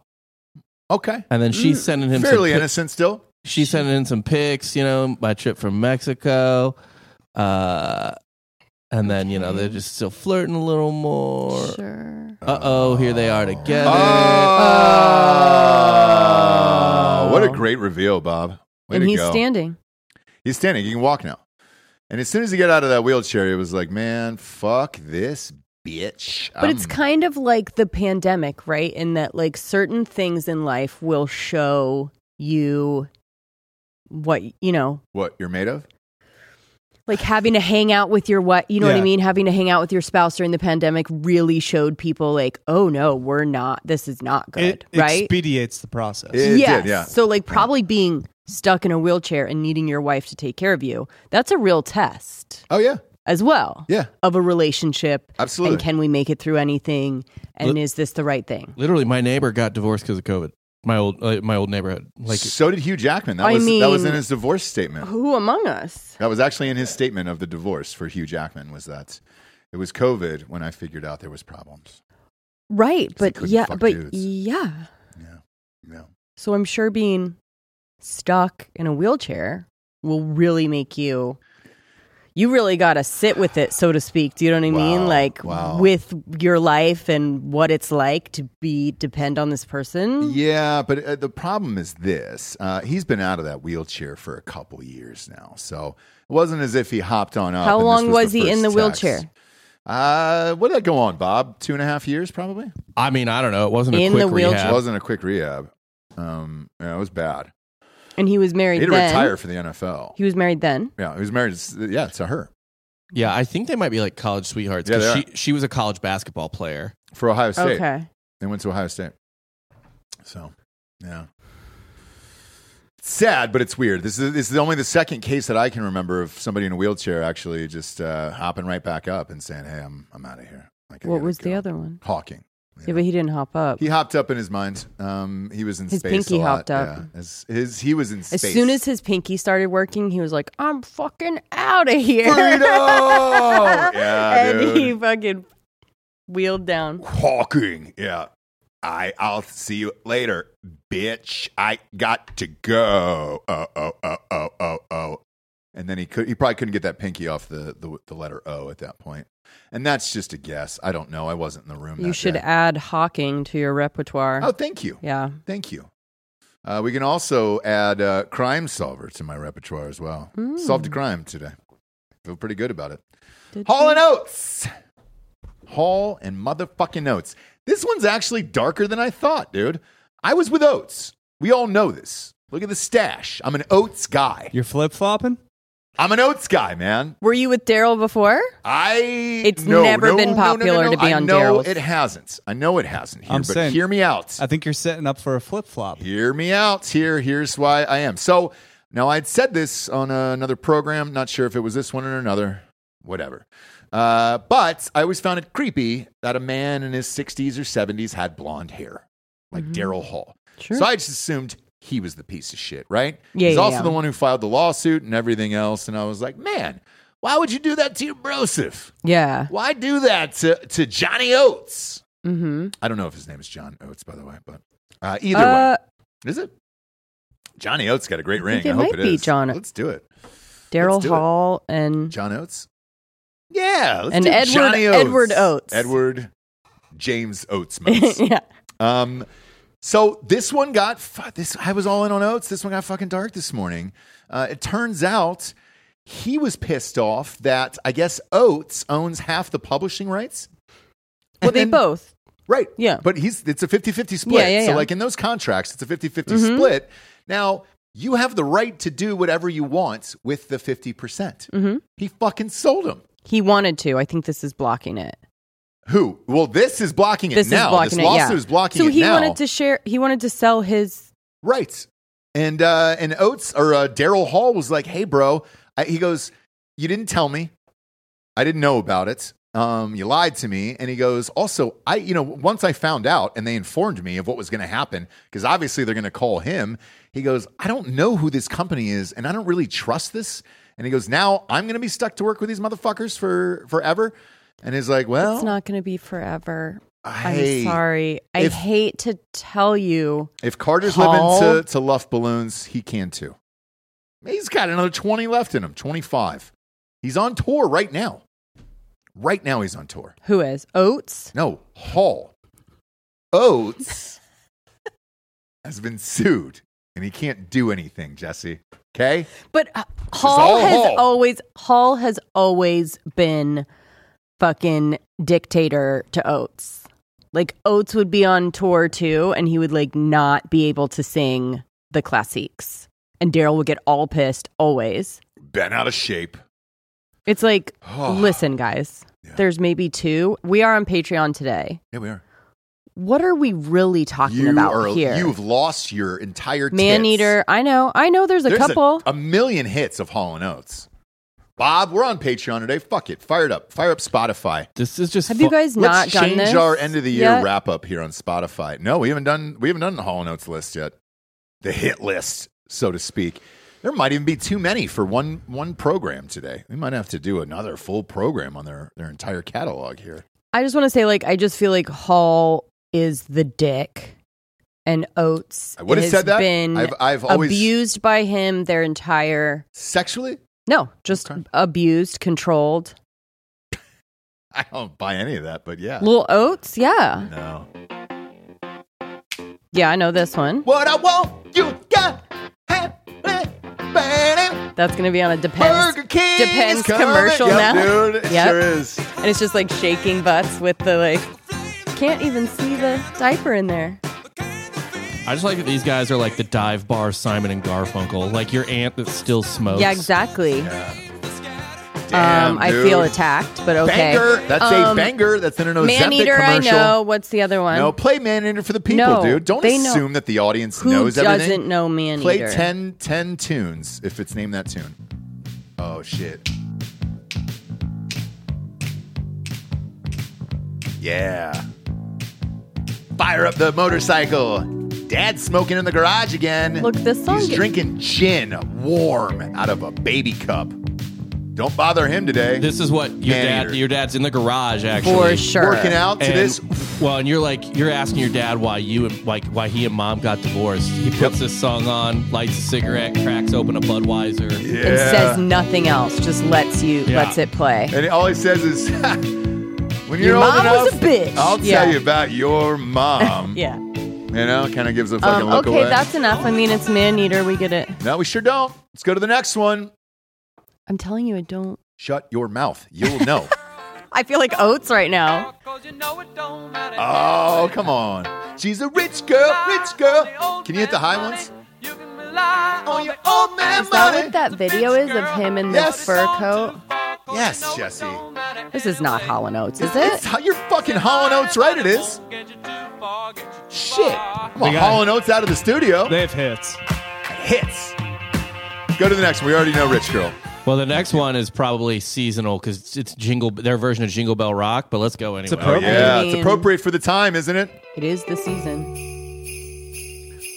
S1: okay. Mm.
S4: And then she's sending him
S1: Fairly
S4: some, pi-
S1: innocent still.
S4: she's sending in some pics, you know, my trip from Mexico. Uh, and then you know they're just still flirting a little more.
S2: sure.
S4: Uh oh, here they are together.
S1: Ah. Oh, what a great reveal, Bob. Way
S2: and
S1: to
S2: he's
S1: go.
S2: standing.
S1: He's standing. He can walk now. And as soon as he got out of that wheelchair, he was like, "Man, fuck this bitch."
S2: But it's kind of like the pandemic, right? In that like certain things in life will show you what you know,
S1: What you're made of?
S2: like having to hang out with your what you know what I
S3: Yeah.
S2: mean? Having to hang out with your spouse during the pandemic really showed people like, oh no, we're not. This is not good,
S3: it
S2: right?
S3: expediates the process.
S1: It did,
S2: yes.
S1: yeah.
S2: So like probably being stuck in a wheelchair and needing your wife to take care of you. That's a real test
S1: Oh yeah,
S2: as well
S1: yeah,
S2: of a relationship.
S1: absolutely.
S2: And can we make it through anything? And
S4: Look-
S2: is this the right thing?
S4: Literally, my neighbor got divorced because of COVID. My old uh, my old neighborhood. Like,
S1: so did Hugh Jackman. That
S2: I
S1: was that was in
S2: mean- Oh.
S1: his divorce statement.
S2: Who among us?
S1: That was actually in his statement of the divorce for Hugh Jackman. Was that it was COVID when I figured out there was problems.
S2: Right,
S1: they
S2: but
S1: couldn't
S2: yeah,
S1: fuck
S2: but
S1: dudes.
S2: yeah.
S1: Yeah, yeah.
S2: So I'm sure being stuck in a wheelchair will really make you you really got to sit with it so to speak. Do you know what I mean?
S1: Wow,
S2: Like
S1: wow.
S2: with your life and what it's like to be depend on this person.
S1: Yeah, but uh, the problem is this: uh, he's been out of that wheelchair for a couple years now, so it wasn't as if he hopped on up.
S2: How
S1: and this
S2: long
S1: was,
S2: was he in the
S1: first text.
S2: wheelchair?
S1: Uh, what did that go on, Bob? Two and a half years, probably.
S4: I mean, I don't know. It wasn't
S2: In
S4: a quick
S2: the wheelchair.
S1: It
S4: rehab.
S1: wasn't a quick rehab. Um, yeah, it was bad.
S2: And he was
S1: He
S2: married
S1: had to
S2: then.
S1: retire for the NFL.
S2: He was married then.
S1: yeah, he was married. Yeah, to her
S4: Yeah, I think they might be like college sweethearts.
S1: Yeah,
S4: 'cause
S1: they
S4: she she was a college basketball player.
S1: for Ohio State.
S2: Okay.
S1: They went to Ohio State. So, yeah. Sad, but it's weird. This is this is only the second case that I can remember of somebody in a wheelchair actually just uh, hopping right back up and saying, "Hey, I'm I'm out of here." Like, I
S2: What
S1: gotta
S2: was the
S1: go."
S2: other one?
S1: Hawking. you
S2: Yeah,
S1: know.
S2: but he didn't hop up.
S1: he hopped up in his mind. Um, he was in
S2: His
S1: space.
S2: pinky
S1: a lot.
S2: hopped up.
S1: Yeah. His, his he was in
S2: as
S1: space.
S2: soon as his pinky started working, he was like, "I'm fucking out of here."
S1: freedom. yeah,
S2: and
S1: dude.
S2: he fucking wheeled down.
S1: Hawking. Yeah. I I'll see you later, bitch. I got to go. Oh oh oh oh oh oh. And then he could he probably couldn't get that pinky off the the, the letter O at that point. And that's just a guess. I don't know. I wasn't in the room.
S2: You
S1: that
S2: should
S1: day.
S2: add hawking to your repertoire.
S1: Oh, thank you.
S2: Yeah.
S1: Thank you. Uh, we can also add uh, crime solver to my repertoire as well.
S2: Mm.
S1: Solved a crime today. Feel pretty good about it.
S2: Did
S1: Hall and Oates. Hall and motherfucking Oates. This one's actually darker than I thought, dude. I was with Oates. We all know this. Look at the stash. I'm an Oates guy.
S3: You're flip flopping.
S1: I'm an Oates guy, man.
S2: Were you with Daryl before?
S1: I
S2: It's
S1: no,
S2: never
S1: no,
S2: been
S1: no, no,
S2: popular
S1: no,
S2: to be
S1: I
S2: on
S1: know
S2: Daryl's.
S1: It hasn't. I know it hasn't here,
S3: I'm
S1: but
S3: saying-
S1: hear me out.
S3: I think you're setting up for a flip flop.
S1: Hear me out here. Here's why I am. So now I'd said this on uh, another program. Not sure if it was this one or another. Whatever. Uh, but I always found it creepy that a man in his 60s or 70s had blonde hair, like Daryl Hall.
S2: Mm-hmm. Sure.
S1: So I just assumed he was the piece of shit, right?
S2: Yeah,
S1: He's
S2: yeah,
S1: also
S2: yeah.
S1: the one who filed the lawsuit and everything else. And I was like, man, why would you do that to your brosif?
S2: yeah.
S1: Why do that to, to Johnny Oates?
S2: Mm-hmm.
S1: I don't know if his name is John Oates, by the way, but uh, either way.
S2: Uh,
S1: Is it? Johnny Oates got a great ring.
S2: it
S1: I hope
S2: might
S1: it
S2: be
S1: is.
S2: John-
S1: Let's do it.
S2: Daryl
S1: let's do it.
S2: Hall and
S1: John Oates. Yeah, let's
S2: And
S1: do
S2: Edward-
S1: Johnny Oates.
S2: Edward Oates.
S1: Edward James Oates. Motes.
S2: yeah.
S1: um, so this one got fu- this. I was all in on Oates. This one got fucking dark this morning. Uh, it turns out he was pissed off that I guess Oates owns half the publishing rights.
S2: Well,
S1: And
S2: they
S1: then-
S2: both.
S1: Right.
S2: Yeah.
S1: But he's it's a 50-50 split.
S2: Yeah, Mm-hmm. yeah,
S1: So
S2: yeah.
S1: like in those contracts, it's a 50-50 split. Now, you have the right to do whatever you want with the 50%. percent
S2: Mm-hmm.
S1: He fucking sold him.
S2: He wanted to. I think this is blocking it.
S1: Who? Well, this is blocking it
S2: This
S1: now.
S2: is blocking
S1: this
S2: it.
S1: lawsuit
S2: yeah.
S1: is blocking
S2: so
S1: it
S2: he
S1: now.
S2: wanted to share. He wanted to sell his.
S1: Right. And uh, and Oates or uh, Daryl Hall was like, "Hey, bro," I, he goes, "You didn't tell me. I didn't know about it. Um, you lied to me." And he goes, "Also, I you know once I found out and they informed me of what was going to happen because obviously they're going to call him." He goes, "I don't know who this company is, and I don't really trust this." And he goes, "Now I'm going to be stuck to work with these motherfuckers for forever." And he's like, "Well,
S2: It's not going to be forever.
S1: hey,
S2: I'm sorry. I
S1: if-
S2: hate to tell you.
S1: If Carter's
S2: Paul-
S1: living to, to luff balloons, he can too. He's got another 20 left in him, 25. He's on tour right now. Right now, he's on tour.
S2: Who is Oates?
S1: No, Hall. Oates has been sued and he can't do anything, Jesse. Okay?
S2: But uh, Hall
S1: all
S2: has
S1: Hall.
S2: always Hall has always been fucking dictator to Oates. Like Oates would be on tour too, and he would like not be able to sing the classiques. and Daryl would get all pissed always.
S1: Bent out of shape.
S2: It's like, listen, guys,
S1: Yeah.
S2: there's maybe two. We are on Patreon today.
S1: Here we are.
S2: What are we really talking
S1: You
S2: about
S1: are.
S2: here?
S1: You've lost your entire tits.
S2: Man eater. I know. I know. There's a
S1: There's
S2: couple.
S1: A, million hits of Hall and Oates. Bob, we're on Patreon today. Fuck it. Fire it up. Fire up Spotify.
S4: This is just
S2: Have you
S4: fu-
S2: guys not
S1: Let's
S2: done
S1: change
S2: this?
S1: our end of the year
S2: yet?
S1: wrap up here on Spotify. No, we haven't done we haven't done the Hall and Oates list yet. The hit list, so to speak. There might even be too many for one one program today. We might have to do another full program on their their entire catalog here.
S2: I just want to say, like, I just feel like Hall is the dick, and Oates
S1: I would have
S2: has
S1: said that.
S2: been
S1: I've I've always
S2: abused by him their entire
S1: sexually.
S2: no, just
S1: Okay.
S2: abused, controlled.
S1: I don't buy any of that, but yeah.
S2: Little Oates, yeah,
S1: No.
S2: yeah, I know this one.
S1: What I want, you got. Have it, baby.
S2: That's gonna be on a depends,
S1: Burger King is
S2: depends
S1: coming.
S2: commercial
S1: Yep,
S2: now,
S1: Dude, it
S2: Yep. Um,
S1: sure is.
S2: and it's just like shaking butts with the like. Can't even see the diaper in there.
S4: I just like that these guys are like the dive bar Simon and Garfunkel, like your aunt that still smokes.
S2: Yeah, exactly.
S1: Damn,
S2: um, I
S1: dude.
S2: feel attacked, but okay.
S1: Banger. That's a
S2: Um,
S1: banger. That's in an Ozempic
S2: Man eater, I
S1: commercial.
S2: know. What's the other one?
S1: No, play man eater for the people,
S2: No,
S1: dude. Don't
S2: they know-
S1: assume that the audience
S2: Who
S1: knows
S2: doesn't
S1: everything.
S2: know Man
S1: play
S2: Eater?
S1: ten, ten 10 tunes if it's named that tune. Oh shit. Yeah. Fire up the motorcycle. Dad's smoking in the garage again.
S2: Look, this song
S1: He's
S2: gets-
S1: drinking gin warm out of a baby cup. Don't bother him today.
S4: This is what your
S1: Man
S4: dad.
S1: eater.
S4: Your dad's in the garage actually.
S2: For sure.
S1: working out to
S4: And-
S1: this.
S4: Well, and you're like you're asking your dad why you and like why he and mom got divorced. He puts this song on, lights a cigarette, cracks open a Budweiser.
S1: Yeah.
S2: and says nothing else. Just lets you
S4: Yeah.
S2: lets it play.
S1: And all he says is, "When you're
S2: Your
S1: old
S2: mom was
S1: enough,
S2: a bitch."
S1: I'll
S2: Yeah.
S1: tell you about your mom."
S2: Yeah.
S1: You know, kind of gives a fucking
S2: Um,
S1: look
S2: okay,
S1: away.
S2: that's enough. I mean, it's man eater. We get it.
S1: no, we sure don't. Let's go to the next one.
S2: I'm telling you, I don't.
S1: Shut your mouth. You'll know.
S2: I feel like oats right now.
S1: oh, come on. She's a rich girl, rich girl. Can you hit the high ones? On your old man
S2: Is that
S1: money.
S2: what that video is of him in the
S1: Yes.
S2: fur coat?
S1: yes, Jesse.
S2: This is not Hollow Oats, is
S1: It's
S2: it?
S1: how you're fucking hauling oats, Oh, right? It is. Shit. Come on,
S3: They got
S1: hauling oats out of the studio.
S3: They have hits.
S1: Hits. Go to the next one. We already know Rich Girl.
S4: Well, the next one is probably seasonal because it's, it's jingle their version of Jingle Bell Rock. But let's go anyway.
S3: appropriate.
S1: Yeah,
S2: I
S1: it's
S2: mean-
S1: appropriate for the time, isn't it?
S2: It is the season.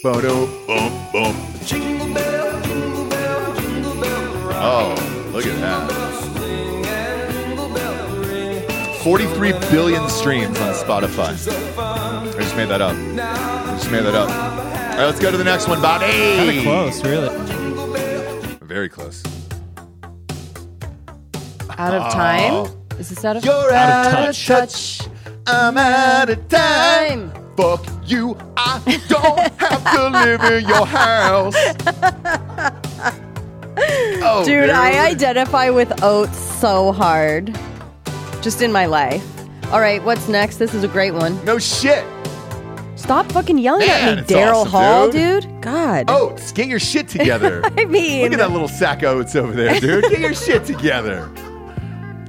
S1: Bodo, boom, boom. Oh, look at that. 43 billion streams on Spotify. I just made that up. I just made that up. All right, let's go to the next one, Bobby.
S3: Kind of close, really.
S1: Very close.
S2: Out of
S1: Oh.
S2: time. Is this out of
S1: You're
S4: Out of
S1: out, of
S4: touch.
S1: touch. I'm out of time. Fuck you. I don't have to live in your house. Oh,
S2: Dude, I identify with oats so hard. Just in my life. All right, what's next? This is a great one.
S1: No shit.
S2: Stop fucking yelling
S1: Man,
S2: at me,
S1: it's
S2: Daryl
S1: awesome,
S2: Hall,
S1: dude.
S2: dude. God.
S1: Oats, Oh, get your shit together.
S2: I mean,
S1: Look at that little sack of oats over there, dude. Get your shit together.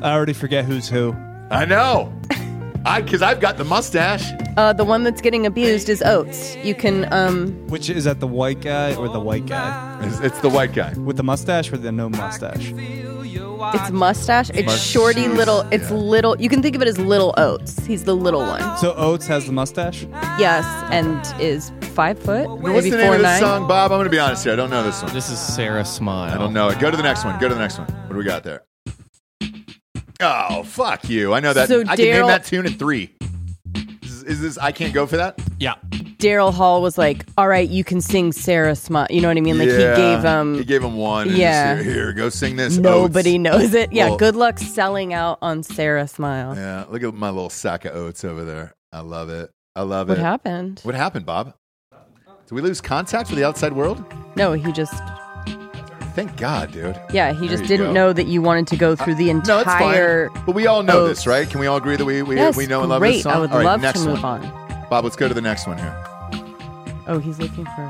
S3: I already forget who's who.
S1: I know. I because I've got the mustache.
S2: uh, the one that's getting abused is Oats. You can, um,
S3: Which is that the white guy or the white guy
S1: It's, it's the white guy.
S3: with the mustache or the no mustache?
S2: it's mustache. It's shorty little. It's
S1: yeah.
S2: little. You can think of it as little Oats. He's the little one.
S3: So Oates has the mustache.
S2: Yes, and is five foot,
S1: What's
S2: maybe
S1: the name
S2: four
S1: of this
S2: nine.
S1: song, Bob? I'm gonna be honest here. I don't know this one.
S4: This is Sarah Smile.
S1: I don't know it. Go to the next one. Go to the next one. What do we got there? Oh fuck you! I know that.
S2: So
S1: I can name
S2: Daryl-
S1: that tune in three. Is, is this? I can't go for that.
S4: Yeah,
S2: Daryl Hall was like, "All right, you can sing Sarah Smile." You know what I mean? Like
S1: Yeah.
S2: he gave um.
S1: He gave him one. and just,
S2: yeah.
S1: Here, here, go sing this.
S2: Nobody
S1: Oats.
S2: knows it. Yeah,
S1: Well-
S2: good luck selling out on Sarah Smile.
S1: Yeah. Look at my little sack of oats over there. I love it. I love
S2: What
S1: it.
S2: happened?
S1: What happened, Bob? Did we lose contact with the outside world?
S2: No, he just
S1: Thank God, dude.
S2: Yeah, he
S1: There
S2: just
S1: you
S2: didn't
S1: go. Uh,
S2: know that you wanted to go through the
S1: No, it's
S2: entire.
S1: fine. But we all know this,
S2: Oats.
S1: right? Can we all agree that we we,
S2: yes,
S1: we know and love
S2: great.
S1: this song?
S2: I would
S1: all right,
S2: love
S1: next
S2: to move
S1: one.
S2: on.
S1: Bob, let's go to the next one here.
S2: Oh, he's looking for.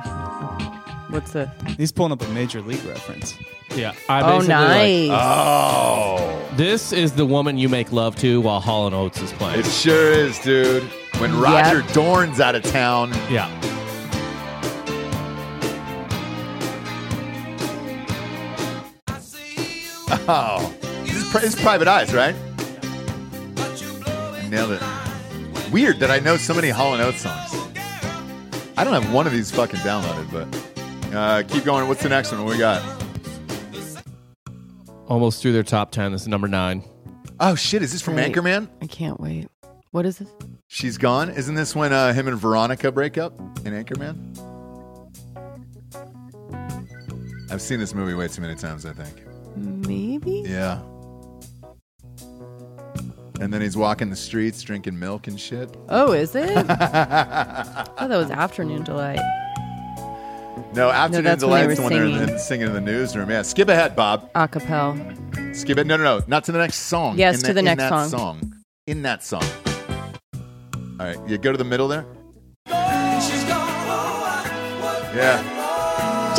S2: What's the?
S3: He's pulling up a major league reference.
S4: Yeah. I
S2: Oh,
S4: basically, like,
S2: nice.
S1: uh, Oh,
S4: this is the woman you make love to while Hall and Oates is playing.
S1: it sure is, dude. When Roger Dorn's out of town,
S4: yeah.
S1: oh, this is, pri- this is Private Eyes, right? Nailed it. Weird that I know so many Hall and Oates songs. I don't have one of these fucking downloaded, but uh, keep going. What's the next one? What we got?
S4: Almost through their top 10. This is number nine.
S1: Oh shit! Is this from
S2: Great.
S1: Anchorman?
S2: I can't wait. What is this?
S1: She's gone. Isn't this when uh, him and Veronica break up in Anchorman? I've seen this movie way too many times. I think.
S2: Maybe.
S1: Yeah. And then he's walking the streets drinking milk and shit.
S2: Oh, is it? I thought that was afternoon delight.
S1: No, afternoon
S2: that's when they
S1: delight's
S2: were
S1: the one they're in
S2: singing.
S1: the- singing in the newsroom. Yeah, skip ahead, Bob.
S2: Acapel.
S1: Skip it. No, no, no, not to the next song.
S2: Yes,
S1: In
S2: to
S1: that-
S2: the
S1: in
S2: next
S1: that
S2: song.
S1: In that song. All right, you go to the middle there. Yeah,
S2: She's gone.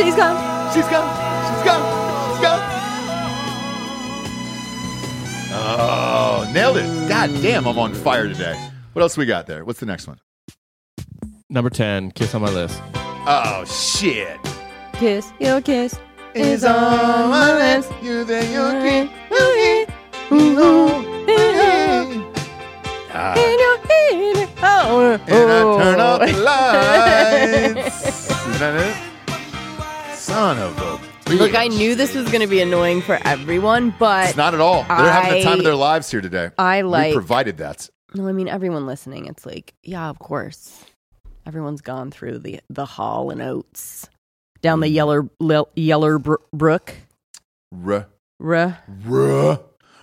S1: she's gone. She's gone. She's gone. Oh, nailed it! God damn, I'm on fire today. What else we got there? What's the next one?
S4: Number 10, Kiss on My List.
S1: Oh shit!
S2: Kiss your kiss
S1: is on my lips. You then you're green. And
S2: in your ear. Oh.
S1: I turn
S2: oh.
S1: off the lights. Is that it? Son of a. Bitch.
S2: Look, I knew this was going to be annoying for everyone, but
S1: It's not at all. They're having the time
S2: I-
S1: of their lives here today.
S2: I
S1: We
S2: like.
S1: provided that.
S2: no, I mean, everyone listening, it's like, yeah, of course. Everyone's gone through the the hall and oats down
S1: Mm.
S2: the yeller lil, yeller br- brook.
S1: Ruh,
S2: Ruh.
S1: ruh,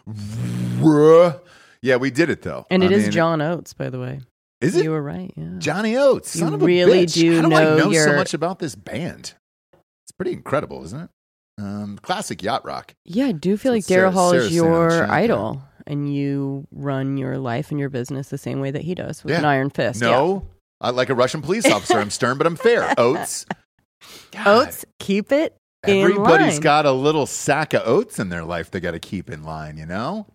S1: ruh. Yeah, we did it though.
S2: And
S1: I
S2: it is
S1: mean,
S2: John Oates, by the way.
S1: Is it
S2: You were right. Yeah.
S1: Johnny Oates?
S2: You
S1: Son of a
S2: really
S1: bitch.
S2: do
S1: How do I
S2: know
S1: know so
S2: your-
S1: much about this band? It's pretty incredible, isn't it? Um, classic yacht rock.
S2: Yeah, I do feel
S1: So
S2: like
S1: Sarah-
S2: Daryl Hall
S1: Sarah
S2: is
S1: Sands,
S2: your
S1: yeah, okay.
S2: idol, and you run your life and your business the same way that he does with
S1: Yeah.
S2: an iron fist.
S1: No, I like a Russian police officer. I'm stern, but I'm fair. Oats.
S2: yeah. oats, keep it. in
S1: Everybody's
S2: line.
S1: got a little sack of oats in their life they got to keep in line, you know?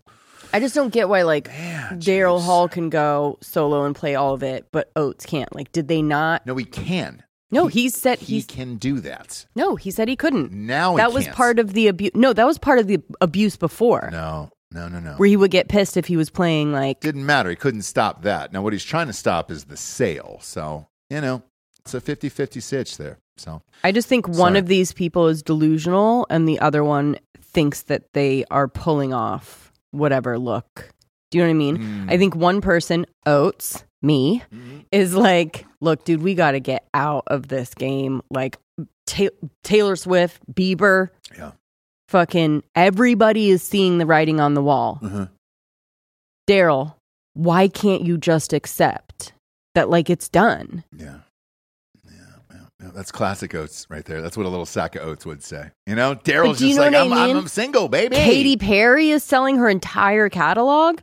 S2: I just don't get why like
S1: Man,
S2: Daryl
S1: jeez.
S2: Hall can go solo and play all of it, but Oates can't. Like, did they not?
S1: No, he can.
S2: No, he said
S1: He
S2: he's
S1: can do that.
S2: no, he said he couldn't.
S1: Now
S2: That was part of the abuse. No, that was part of the abuse before,
S1: No, no, no, no.
S2: where he would get pissed if he was playing like
S1: Didn't matter. He couldn't stop that. Now, what he's trying to stop is the sale. So, you know, it's a 50 50 sitch there. So,
S2: I just think one
S1: Sorry.
S2: of these people is delusional and the other one thinks that they are pulling off whatever look. Do you know what I mean?
S1: Hmm.
S2: I think one person, Oates, me, is like, look, dude, we got to get out of this game. Like Ta- Taylor Swift, Bieber,
S1: Yeah.
S2: fucking everybody is seeing the writing on the wall.
S1: Mhm.
S2: Daryl, why can't you just accept that, like, it's done?
S1: yeah. Yeah, yeah, yeah. That's classic oats right there. That's what a little sack of oats would say. You know, Daryl's
S2: do you
S1: just
S2: know
S1: like,
S2: what I
S1: I'm, I'm,
S2: mean?
S1: I'm single, baby.
S2: Katy Perry is selling her entire catalog,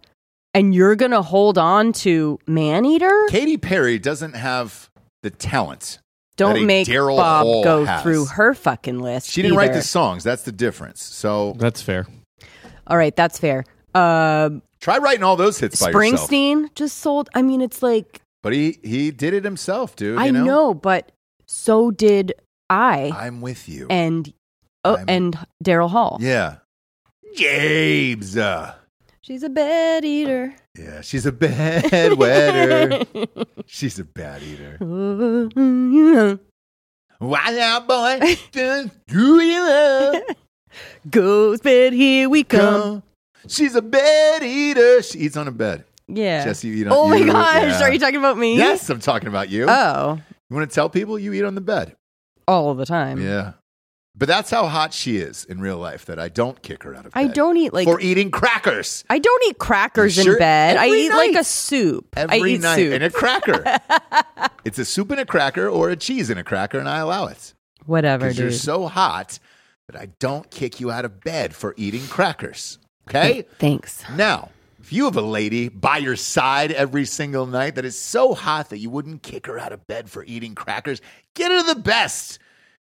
S2: and you're gonna hold on to Maneater?
S1: Katy Perry doesn't have the talent. that a
S2: Don't make
S1: Daryl
S2: Bob
S1: Hall
S2: go
S1: has.
S2: through her fucking list.
S1: She didn't write
S2: either.
S1: the songs. That's the difference. So
S4: That's fair.
S2: All right, that's fair. Uh,
S1: try writing all those hits by yourself.
S2: Springsteen just sold. I mean, it's like
S1: But he he did it himself, dude.
S2: I
S1: you
S2: know?
S1: know?
S2: but so did I
S1: I'm with you.
S2: and oh,
S1: I'm-
S2: and Daryl Hall.
S1: yeah. James. Uh,
S2: She's a bed eater.
S1: yeah, she's a bad wetter. she's a bad eater. Why now, boy? do you love?
S2: Ghost bed, here we come.
S1: Come. She's a bed eater. She eats on a bed.
S2: Yeah.
S1: Jesse, you don't.
S2: oh my
S1: you-
S2: gosh,
S1: yeah.
S2: are you talking about me?
S1: Yes, I'm talking about you.
S2: Oh,
S1: you want to tell people you eat on the bed?
S2: all the time.
S1: Yeah. But that's how hot she is in real life that I don't kick her out of bed.
S2: I don't eat like
S1: for eating crackers
S2: I don't eat crackers
S1: Sure,
S2: in bed. I
S1: every
S2: eat like
S1: night.
S2: a soup. I
S1: every
S2: eat
S1: night
S2: soup.
S1: and a cracker. it's a soup and a cracker or a cheese and a cracker and I allow it.
S2: Whatever,
S1: Cuz you're
S2: dude.
S1: so hot that I don't kick you out of bed for eating crackers. Okay?
S2: Thanks.
S1: now, if you have a lady by your side every single night that is so hot that you wouldn't kick her out of bed for eating crackers, get her the best.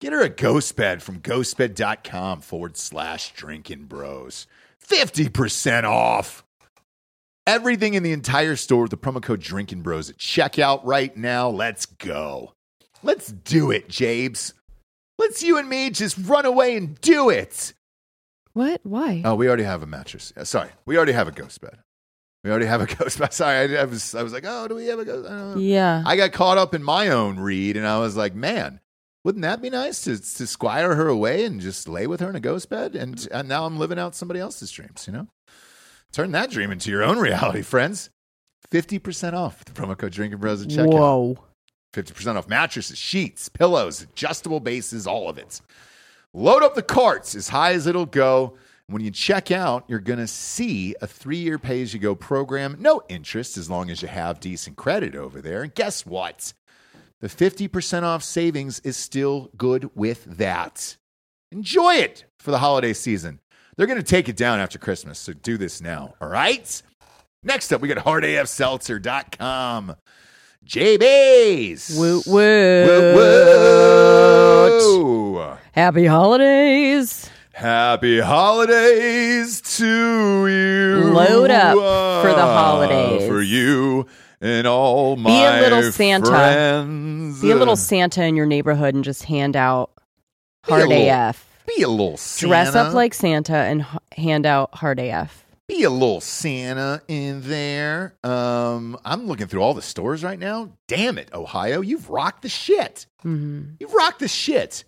S1: Get her a ghost bed from ghostbed.com forward slash drinking bros. 50% off. Everything in the entire store with the promo code drinking bros at checkout right now. Let's go. Let's do it, Jabes. Let's you and me just run away and do it.
S2: What? Why?
S1: Oh, we already have a mattress. Yeah, sorry, we already have a ghost bed. We already have a ghost bed. Sorry, I, I was I was like, oh, do we have a ghost? I don't know.
S2: yeah.
S1: I got caught up in my own read, and I was like, man, wouldn't that be nice to to squire her away and just lay with her in a ghost bed? And, and now I'm living out somebody else's dreams. You know, turn that dream into your own reality, friends. Fifty percent off with the promo code Drinking Bros at checkout.
S2: Whoa.
S1: 50% off mattresses, sheets, pillows, adjustable bases, all of it. Load up the carts as high as it'll go. When you check out, you're going to see a three year pay as you go program. No interest as long as you have decent credit over there. And guess what? The 50% off savings is still good with that. Enjoy it for the holiday season. They're going to take it down after Christmas, so do this now, all right? Next up, we got hardafseltzer.com. JB's.
S2: Woo woo.
S1: Woo-woo.
S2: Happy holidays.
S1: Happy holidays to you. Uh,
S2: Load up for the holidays.
S1: For you and all my
S2: a little Santa.
S1: friends.
S2: Be a little Santa in your neighborhood and just hand out hard
S1: Be a little
S2: AF.
S1: Be a little Santa.
S2: Dress up like Santa and h- hand out hard AF.
S1: Be a little Santa in there. Um, I'm looking through all the stores right now. Damn it, Ohio, you've rocked the shit.
S2: Mhm.
S1: You rock the shit.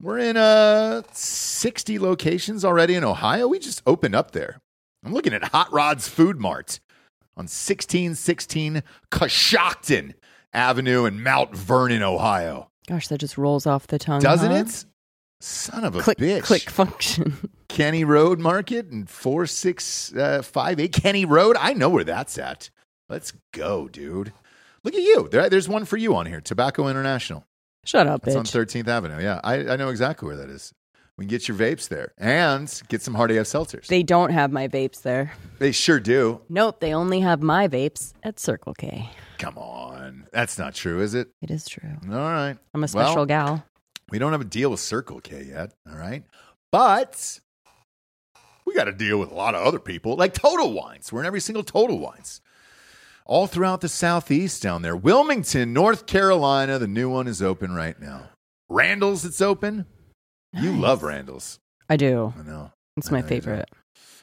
S1: We're in uh 60 locations already in Ohio. We just opened up there. I'm looking at Hot Rod's Food Mart on 1616 Coshocton Avenue in Mount Vernon, Ohio.
S2: Gosh, that just rolls off the tongue.
S1: Doesn't
S2: huh?
S1: it? Son of a
S2: Uh-huh. Click,
S1: bitch.
S2: click function.
S1: Kenny Road Market and 4658 Kenny Road. I know where that's at. Let's go, dude. Look at you. There, there's one for you on here Tobacco International.
S2: Shut up,
S1: It's
S2: bitch.
S1: on 13th Avenue. Yeah, I, I know exactly where that is. We can get your vapes there and get some hard AF seltzers. They,
S2: They don't have my vapes there.
S1: sure do.
S2: Nope, they only have my vapes at Circle K.
S1: Come on. That's not true, is it?
S2: It is true.
S1: All right.
S2: I'm a
S1: Well,
S2: special gal.
S1: We don't have a deal with Circle K yet. All right. But we got to deal with a lot of other people, like Total Wines. We're in every single Total Wines. All throughout the Southeast down there. Wilmington, North Carolina, the new one is open right now. Randall's, it's open. You love Randall's.
S2: I do.
S1: I know.
S2: It's my
S1: Yeah, you do.
S2: favorite.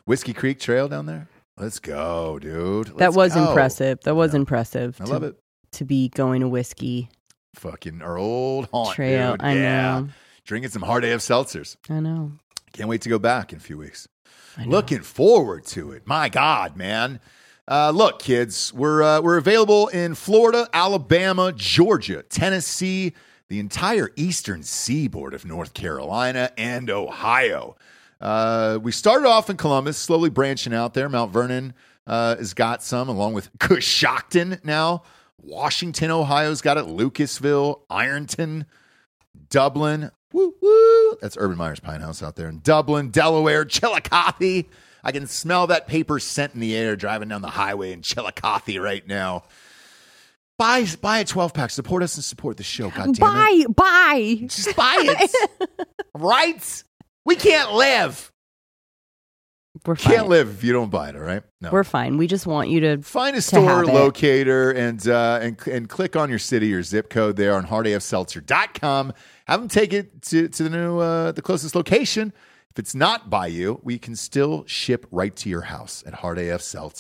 S1: Whiskey Creek Trail down there. Let's go, dude.
S2: That
S1: Let's
S2: was
S1: go.
S2: impressive. That was impressive.
S1: I
S2: to,
S1: love it.
S2: To be going to whiskey
S1: Fucking our old haunt,
S2: trail.
S1: dude.
S2: I
S1: yeah.
S2: know.
S1: Drinking some hard AF seltzers.
S2: I know.
S1: Can't wait to go back in a few weeks.
S2: I know.
S1: Looking forward to it. My God, man. Uh, look, kids, we're uh, we're available in Florida, Alabama, Georgia, Tennessee, the entire eastern seaboard of North Carolina and Ohio. Uh, we started off in Columbus, slowly branching out there. Mount Vernon uh, has got some, along with Coshocton now. Washington, Ohio's got it. Lucasville, Ironton, Dublin. Woo woo. That's Urban Meyer's Pine House out there in Dublin, Delaware, Chillicothe. I can smell that paper scent in the air driving down the highway in Chillicothe right now. Buy buy a 12 pack. Support us and support the show. God damn it.
S2: Bye. Bye.
S1: Just buy it. right? We can't live.
S2: We're fine.
S1: Can't live if you don't buy it, all right? No.
S2: We're fine. We just want you to.
S1: Find a
S2: have
S1: store
S2: it.
S1: locator and uh, and and click on your city or zip code there on hardafseltzer.com. Have them take it to, to the new uh, the closest location. If it's not by you, we can still ship right to your house at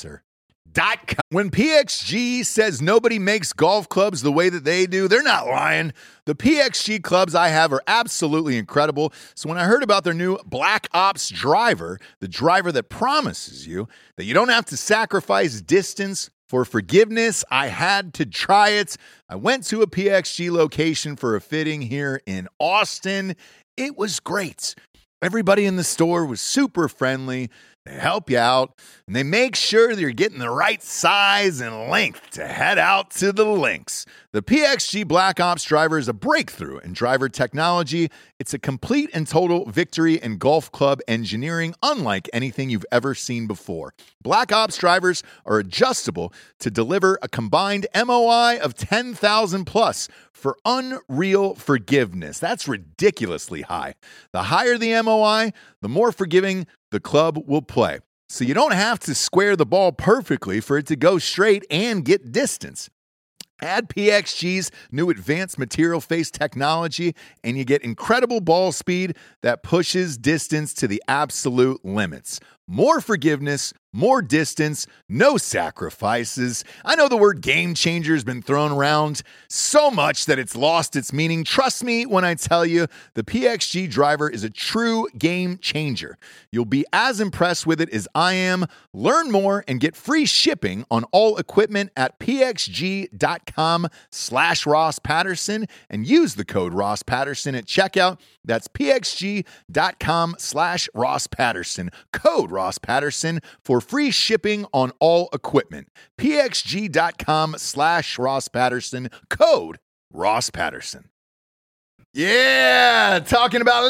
S1: hardafseltzer.com. When PXG says nobody makes golf clubs the way that they do, they're not lying. The PXG clubs I have are absolutely incredible. So when I heard about their new Black Ops driver, the driver that promises you that you don't have to sacrifice distance for forgiveness, I had to try it. I went to a PXG location for a fitting here in Austin. It was great. Everybody in the store was super friendly. They help you out and they make sure that you're getting the right size and length to head out to the links. The PXG Black Ops driver is a breakthrough in driver technology. It's a complete and total victory in golf club engineering, unlike anything you've ever seen before. Black Ops drivers are adjustable to deliver a combined MOI of 10,000 plus for unreal forgiveness. That's ridiculously high. The higher the MOI, the more forgiving the club will play. So you don't have to square the ball perfectly for it to go straight and get distance. Add PXG's new advanced material face technology, and you get incredible ball speed that pushes distance to the absolute limits. More forgiveness, more distance, no sacrifices. I know the word game changer has been thrown around so much that it's lost its meaning. Trust me when I tell you, the PXG driver is a true game changer. You'll be as impressed with it as I am. Learn more and get free shipping on all equipment at pxg.com slash Ross Patterson and use the code Ross Patterson at checkout. That's pxg.com slash Ross Patterson. Code Ross Patterson for free shipping on all equipment. pxg.com slash Ross Patterson. Code Ross Patterson. Yeah, talking about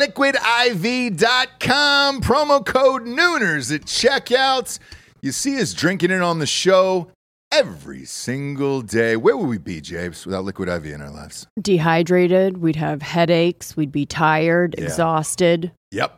S1: liquidiv.com. Promo code Nooners at checkouts. You see us drinking it on the show every single day. Where would we be, Japes, without Liquid IV in our lives?
S2: Dehydrated, we'd have headaches, we'd be tired,
S1: Yeah.
S2: exhausted,
S1: Yep.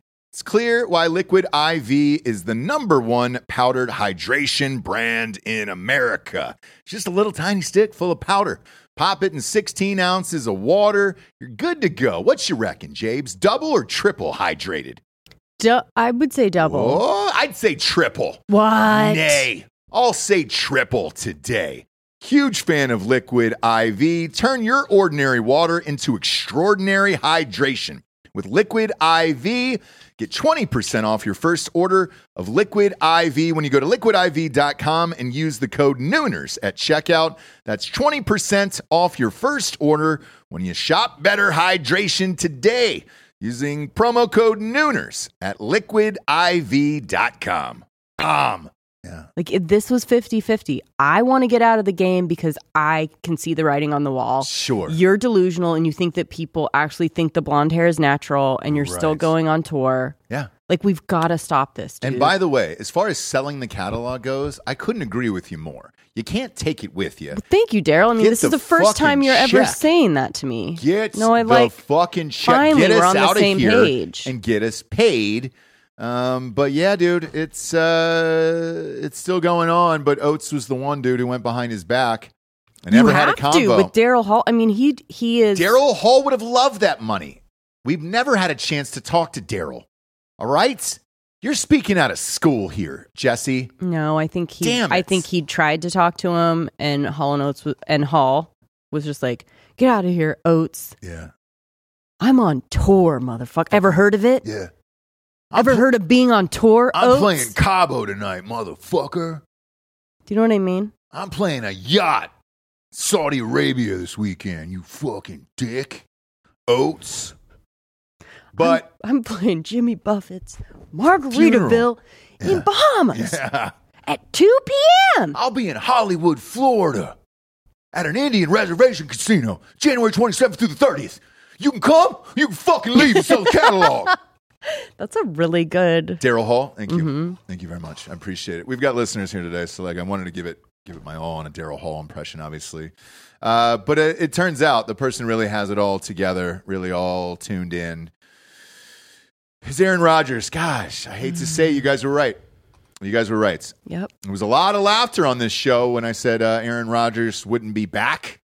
S1: It's clear why Liquid IV is the number one powdered hydration brand in America. It's just a little tiny stick full of powder. Pop it in 16 ounces of water. You're good to go. What you reckon, Jabes? Double or triple hydrated?
S2: Du- I would say double.
S1: Oh, I'd say triple.
S2: What?
S1: Nay, I'll say triple today. Huge fan of Liquid IV. Turn your ordinary water into extraordinary hydration. With Liquid IV, get 20% off your first order of Liquid IV when you go to liquidiv.com and use the code Nooners at checkout. That's 20% off your first order when you shop Better Hydration today using promo code Nooners at liquidiv.com. Um,
S2: Like if this was 50-50. I want to get out of the game because I can see the writing on the wall.
S1: Sure.
S2: You're delusional and you think that people actually think the blonde hair is natural and you're still
S1: Right.
S2: going on tour.
S1: yeah.
S2: Like we've got to stop this. Dude.
S1: And by the way, as far as selling the catalog goes, I couldn't agree with you more. You can't take it with you.
S2: Thank you, Daryl. I mean,
S1: Get
S2: this is
S1: the
S2: the first
S1: fucking
S2: time you're ever
S1: check.
S2: saying that to me.
S1: Get
S2: no, I
S1: the
S2: like
S1: fucking check.
S2: Finally,
S1: get us
S2: we're on the
S1: out
S2: same
S1: of here
S2: page.
S1: and get us paid. Um, but yeah, dude, it's uh, it's still going on. But Oates was the one dude who went behind his back and
S2: you
S1: never had
S2: have
S1: a
S2: to
S1: combo.
S2: with Daryl Hall. I mean, he he is
S1: Daryl Hall would have loved that money. We've never had a chance to talk to Daryl. All right, you're speaking out of school here, Jesse.
S2: No, I think he.
S1: Damn
S2: I
S1: it.
S2: think he tried to talk to him, and Hall and Oates was, and Hall was just like, "Get out of here, Oates.
S1: Yeah,
S2: I'm on tour, motherfucker. Ever heard of it?
S1: yeah.
S2: Ever heard of being on tour?
S1: I'm
S2: Oates?
S1: playing Cabo tonight, motherfucker.
S2: Do you know what I mean?
S1: I'm playing a yacht. Saudi Arabia this weekend, you fucking dick. Oats. But
S2: I'm, I'm playing Jimmy Buffett's Margaritaville in
S1: Yeah.
S2: Bahamas
S1: yeah,
S2: at 2 p.m.
S1: I'll be in Hollywood, Florida at an Indian reservation casino January 27th through the 30th. You can come, you can fucking leave and sell the catalog.
S2: That's a really good.
S1: Daryl Hall, thank you,
S2: Mm-hmm.
S1: thank you very much. I appreciate it. We've got listeners here today, so like I wanted to give it give it my all on a Daryl Hall impression, obviously. Uh, but it, it turns out the person really has it all together, really all tuned in. Is Aaron Rodgers? Gosh, I hate to say, you guys were right. You guys were right.
S2: Yep.
S1: There was a lot of laughter on this show when I said uh, Aaron Rodgers wouldn't be back.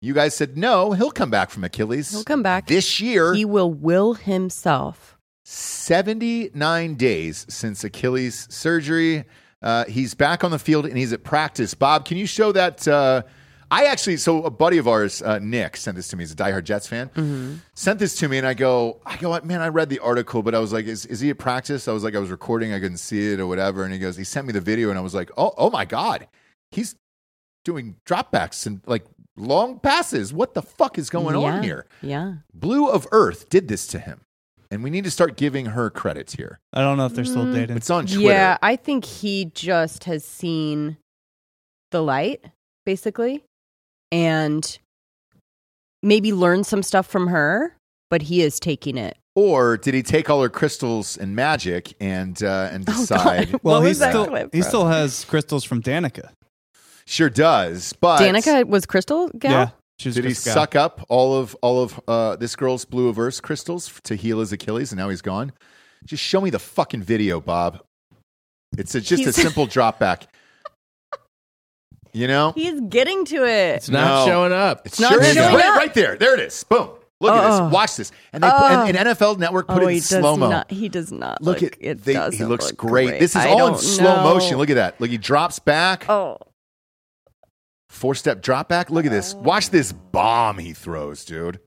S1: You guys said no, he'll come back from Achilles.
S2: He'll come back.
S1: this year.
S2: He will will himself.
S1: 79 days since Achilles surgery. Uh, he's back on the field and he's at practice. Bob, can you show that? Uh, I actually, so a buddy of ours, uh, Nick, sent this to me. He's a diehard Jets fan. Sent this to me, and I go, I go, man, I read the article, but I was like, is, is he at practice? I was like, I was recording, I couldn't see it or whatever. And he goes, he sent me the video, and I was like, oh, oh my god, he's doing dropbacks and like long passes. What the fuck is going
S2: yeah.
S1: on here?
S2: Yeah.
S1: Blue of Earth did this to him, and we need to start giving her credit here.
S3: I don't know if they're
S2: Mm.
S3: still dating.
S1: It's on Twitter.
S2: Yeah, I think he just has seen the light, basically, and maybe learned some stuff from her, but he is taking it.
S1: Or did he take all her crystals and magic and uh, and
S2: Oh, God.
S1: decide?
S3: Well,
S2: What
S3: he
S2: was that
S3: still
S2: clip
S3: he
S2: from?
S3: still has crystals from Danica.
S1: sure does, but
S2: Danica was Crystal gal?
S3: Yeah, she's
S1: Did he
S3: Crystal Gal.
S1: suck up all of all of uh, this girl's blue of Earth crystals f- to heal his Achilles, and now he's gone? Just show me the fucking video, Bob. It's a, just
S2: He's-
S1: a simple drop back. You know,
S2: He's getting to it.
S4: It's not
S1: No.
S4: showing up.
S1: It's
S2: not
S1: sure is.
S2: showing
S1: Right,
S2: up.
S1: right there. There it is. Boom. Look at
S2: Oh.
S1: this. Watch this. And they
S2: Oh.
S1: and, and NFL Network put
S2: oh,
S1: it
S2: he
S1: in
S2: does
S1: slow mo.
S2: not. He does not
S1: Look
S2: look.
S1: at
S2: it
S1: they,
S2: doesn't
S1: he looks
S2: look
S1: great. This is
S2: I
S1: all in
S2: don't
S1: slow
S2: know.
S1: motion. Look at that. Look, he drops back,
S2: Oh,
S1: four step drop back. Look at this.
S2: Oh.
S1: Watch this bomb he throws, dude.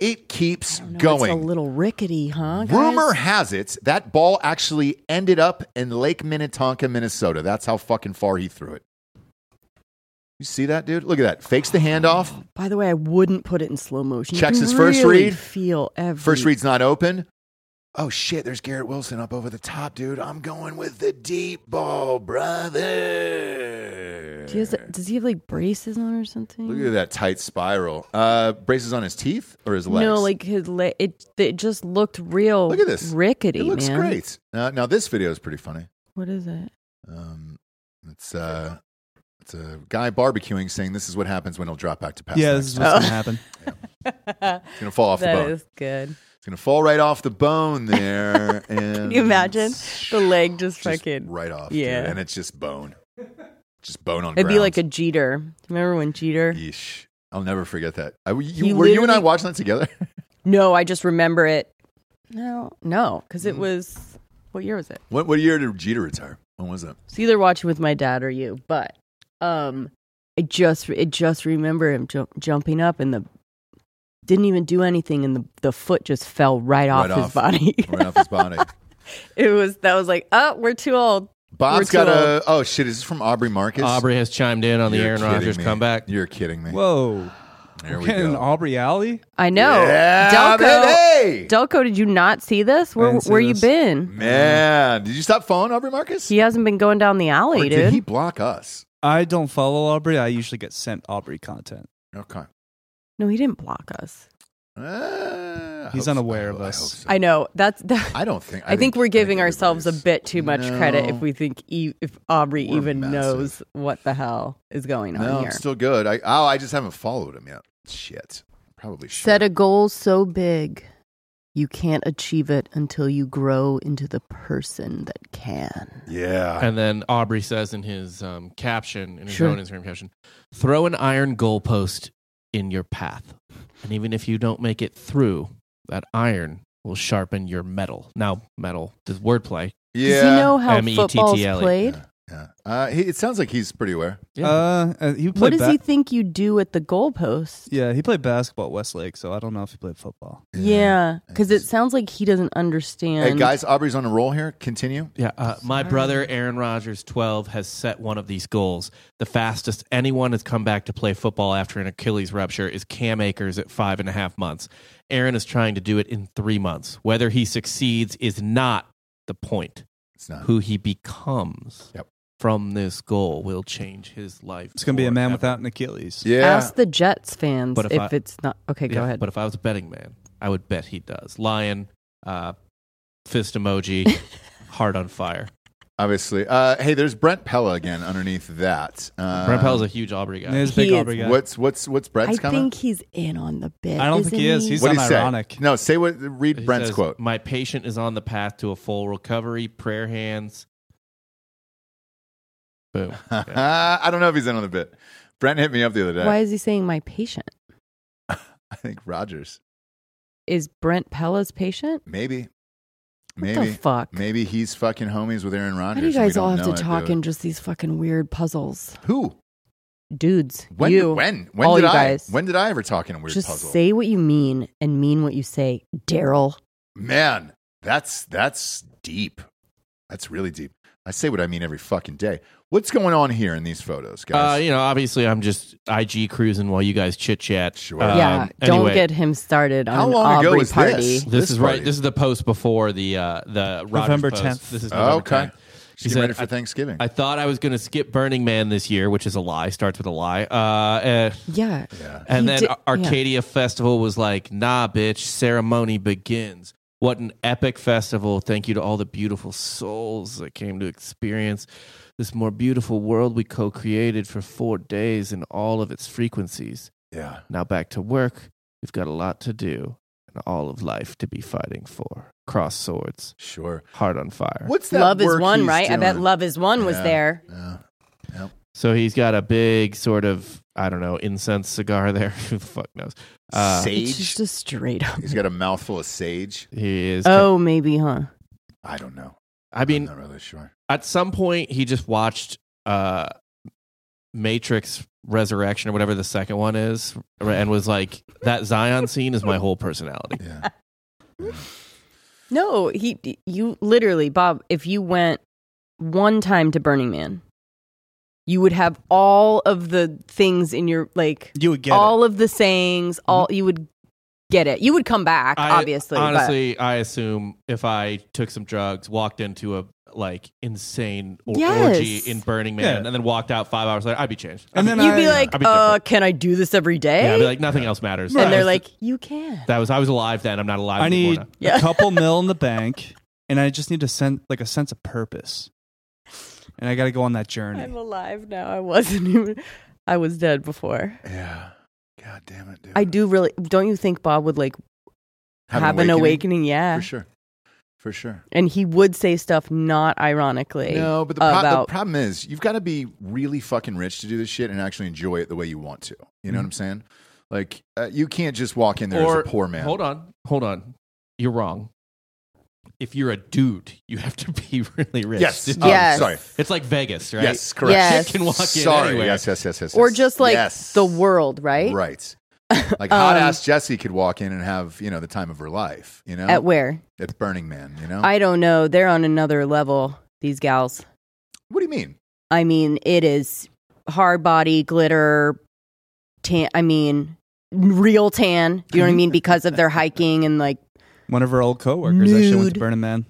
S1: It keeps
S2: no,
S1: going.
S2: It's a little rickety, huh? guys?
S1: Rumor has it that ball actually ended up in Lake Minnetonka, Minnesota. That's how fucking far he threw it. You see that, dude? Look at that. Fakes the handoff.
S2: By the way, I wouldn't put it in slow motion. You
S1: Checks
S2: can
S1: his first
S2: really
S1: read.
S2: Feel every
S1: First read's not open. Oh shit, there's Garrett Wilson up over the top, dude. I'm going with the deep ball, brother.
S2: He has, does he have like braces on or something?
S1: Look at that tight spiral. Uh, braces on his teeth or his legs?
S2: No, like his leg. It it just looked real.
S1: Look at this.
S2: rickety.
S1: it looks
S2: man.
S1: great. Uh, now this video is pretty funny.
S2: What is it?
S1: Um, it's uh, it's a guy barbecuing saying this is what happens when he'll drop back to pass.
S3: Yeah,
S1: the next
S3: this is
S1: time.
S2: Oh.
S3: what's gonna happen.
S1: it's gonna fall off the
S2: That
S1: bone.
S2: is good.
S1: It's gonna fall right off the bone there. and
S2: Can you imagine the leg just,
S1: Just
S2: fucking?
S1: right off?
S2: yeah.
S1: dude. and it's just bone, just bone on.
S2: It'd be
S1: ground.
S2: like a Jeter. Remember when Jeter?
S1: Yeesh. I'll never forget that. I,
S2: He
S1: you, were you and I
S2: literally-
S1: watching that together?
S2: No, I just remember it. No, no, because
S1: Mm.
S2: it was what year was it?
S1: what, what year did Jeter retire? When was that?
S2: It's either watching with my dad or you, but um, I just I just remember him ju- jumping up and the didn't even do anything, and the the foot just fell right off
S1: Right
S2: his
S1: off.
S2: body.
S1: Right off his body.
S2: it was that was like, oh, we're too old.
S1: Bob's
S2: We're
S1: got
S2: too
S1: a. Oh shit! Is this from Aubrey Marcus?
S4: Aubrey has chimed in on the
S1: You're
S4: Aaron
S1: kidding
S4: Rodgers
S1: me.
S4: comeback.
S1: You're kidding me.
S3: Whoa,
S1: there
S3: we're
S1: we
S3: getting an
S1: go.
S3: Aubrey Alley.
S2: I know.
S1: Yeah,
S2: Delco,
S1: baby!
S2: Delco, did you not see this? Where
S3: didn't see
S2: where you
S3: this.
S2: been?
S1: Man, did you stop following Aubrey Marcus?
S2: He hasn't been going down the alley,
S1: Or
S2: dude.
S1: did he block us?
S3: I don't follow Aubrey. I usually get sent Aubrey content.
S1: Okay.
S2: no, he didn't block us.
S1: Uh, I
S3: He's
S1: hope-
S3: unaware
S1: I
S3: of
S1: hope-
S3: us.
S1: I,
S2: I
S1: hope
S2: know. That's that,
S1: so. I don't think.
S2: I, think, we're giving
S1: I think
S2: ourselves a
S1: everybody's-
S2: bit too much credit
S1: No.
S2: if we think e- if Aubrey
S1: We're
S2: even
S1: massive.
S2: knows what the hell is going on
S1: No,
S2: here.
S1: I'm still good. I oh, I just haven't followed him yet. Shit. Probably should.
S2: Set a goal so big you can't achieve it until you grow into the person that can.
S1: yeah.
S4: And then Aubrey says in his um, caption, in his
S2: Sure.
S4: own Instagram caption, throw an iron goalpost in your path. And even if you don't make it through, that iron will sharpen your metal. Now, metal, this wordplay.
S1: Yeah.
S2: Does he know how
S3: E
S2: football's
S4: M-E-T-T-L-E.
S2: played?
S1: Yeah. Uh, he, it sounds like he's pretty aware.
S4: Yeah.
S3: Uh, uh, he
S2: What
S3: played.
S2: does
S3: ba-
S2: he think you do at the goalpost?
S3: yeah, he played basketball at Westlake, so I don't know if he played football.
S2: Yeah, because it
S1: it's-
S2: sounds like he doesn't understand.
S1: Hey guys, Aubrey's on a roll here. Continue.
S4: Yeah, uh, my brother Aaron Rodgers, twelve, has set one of these goals. The fastest anyone has come back to play football after an Achilles rupture is Cam Akers at five and a half months. Aaron is trying to do it in three months. Whether he succeeds is not the point.
S1: It's not.
S4: Who he becomes
S1: Yep.
S4: from this goal will change his life.
S3: It's gonna be a man
S4: forever.
S3: without an Achilles.
S1: Yeah.
S2: Ask the Jets fans
S4: But
S2: if,
S4: if I-
S2: it's not okay.
S4: Yeah,
S2: go ahead.
S4: But if I was a betting man, I would bet he does. Lion, uh, fist emoji, heart on fire.
S1: obviously. Uh, hey, there's Brent Pella again underneath that. Uh,
S4: Brent Pell's a huge Aubrey guy.
S3: He is a
S2: He
S3: big
S2: is-
S3: Aubrey guy.
S1: What's what's what's Brent's
S2: I
S1: comment?
S2: think he's in on the bit.
S3: I don't
S2: isn't
S3: think he is. He's-
S1: What do you say?
S3: ironic.
S1: No, say what. Read
S4: He
S1: Brent's
S4: says,
S1: quote.
S4: My patient is on the path to a full recovery. Prayer hands. Boom. Yeah.
S1: I don't know if he's in on the bit. Brent hit me up the other day.
S2: Why is he saying my patient?
S1: I think Rogers.
S2: Is Brent Pella's patient?
S1: Maybe.
S2: the
S1: Maybe
S2: fuck?
S1: Maybe he's fucking homies with Aaron Rodgers.
S2: Why do you
S1: and we
S2: guys all
S1: don't
S2: have
S1: know
S2: to
S1: it,
S2: talk
S1: dude.
S2: in just these fucking weird puzzles?
S1: who?
S2: Dudes,
S1: When?
S2: you,
S1: when? When
S2: all
S1: did
S2: you
S1: I?
S2: guys.
S1: When did I ever talk in a weird
S2: just
S1: puzzle?
S2: say what you mean and mean what you say, Daryl.
S1: Man, that's that's deep. That's really deep. I say what I mean every fucking day. What's going on here in these photos,
S4: Uh,
S1: guys?
S4: you know, obviously, I'm just IG cruising while you guys chit chat. Um,
S1: Sure.
S2: yeah, don't get him started on
S1: How
S2: an
S1: long ago
S2: Aubrey
S1: was this?
S2: party.
S1: This
S4: This, is
S1: party.
S4: right. This is the post before the uh, the Rogers
S3: November
S4: post.
S3: 10th.
S4: This is
S1: Oh,
S4: November
S1: okay.
S4: 10th.
S1: She's getting ready for Thanksgiving.
S4: I thought I was going to skip Burning Man this year, which is a lie. Starts with a lie. Uh, uh,
S2: Yeah, He
S4: and then
S2: did-
S4: Ar- Arcadia Festival was like, nah, bitch. Ceremony begins. What an epic festival! Thank you to all the beautiful souls that came to experience this more beautiful world we co-created for four days in all of its frequencies.
S1: yeah.
S4: Now back to work. We've got a lot to do and all of life to be fighting for. Cross swords,
S1: Sure.
S4: heart on fire.
S1: What's that?
S2: love is
S1: work
S2: one,
S1: he's
S2: right? I bet
S1: doing?
S2: love is one was
S1: Yeah.
S2: there.
S1: Yeah.
S4: So he's got a big sort of I don't know incense cigar there. Who the fuck knows? Uh,
S2: It's
S1: sage.
S2: just a straight up.
S1: He's got a mouthful of sage.
S4: he is.
S2: Oh, maybe, huh?
S1: I don't know.
S4: I mean,
S1: I'm not really sure.
S4: at some point he just watched uh, Matrix Resurrection or whatever the second one is, and was like, "That Zion scene is my whole personality."
S1: Yeah.
S2: No, he. You literally, Bob. If you went one time to Burning Man, you would have all of the things in your like
S3: You would get
S2: all of the sayings. All you would get it. You would come back,
S4: Mm-hmm. I-
S2: obviously. but-
S4: Honestly, I assume if I took some drugs, walked into a like insane or-
S2: Yes.
S4: orgy in Burning Man,
S3: Yeah.
S4: and then walked out five hours later, I'd be changed.
S3: And then
S2: you'd
S3: I-
S2: be like,
S4: I'd be
S2: uh,
S4: different.
S2: can I do this every day?
S4: yeah, I'd be like nothing else matters.
S2: and
S4: That
S2: they're
S4: was-
S2: like, you can.
S4: that was I was alive then. I'm not alive.
S3: I
S4: anymore
S3: need
S4: now.
S2: Yeah.
S3: a couple mil in the bank, and I just need to sense like a sense of purpose. And I got to go on
S2: I'm
S3: that journey.
S2: alive now. I wasn't even. I was dead before.
S1: Yeah. God damn it, dude.
S2: I do really. Don't you think Bob would like
S1: Have
S2: have an awakening? Yeah,
S1: For sure. For sure.
S2: and he would say stuff not ironically.
S1: No, but the, pro-
S2: about-
S1: the problem is you've got to be really fucking rich to do this shit and actually enjoy it the way you want to. You know
S2: Mm-hmm.
S1: what I'm saying? Like uh, you can't just walk in there
S4: Or-
S1: as a poor man.
S4: Hold on, hold on. You're wrong. If you're a dude, you have to be really rich.
S1: Yes.
S4: to do
S1: Oh,
S2: Yes.
S1: sorry.
S4: this. It's like Vegas, right?
S1: Yes. Correct.
S2: Yes.
S4: Chick can walk in
S1: Sorry.
S4: anywhere.
S1: Yes. Yes. Yes. Yes.
S2: or
S1: yes.
S2: just like
S1: Yes.
S2: the world, right?
S1: Right. Like hot
S2: Um,
S1: ass Jesse could walk in and have you know the time of her life. You know
S2: At where?
S1: At Burning Man. You know.
S2: I don't know. They're on another level. These gals.
S1: what do you mean?
S2: I mean, it is hard body glitter tan. I mean, real tan. You know what I mean? Because of their hiking and like
S3: One of her old coworkers actually went
S2: Nude.
S3: to Burning Man.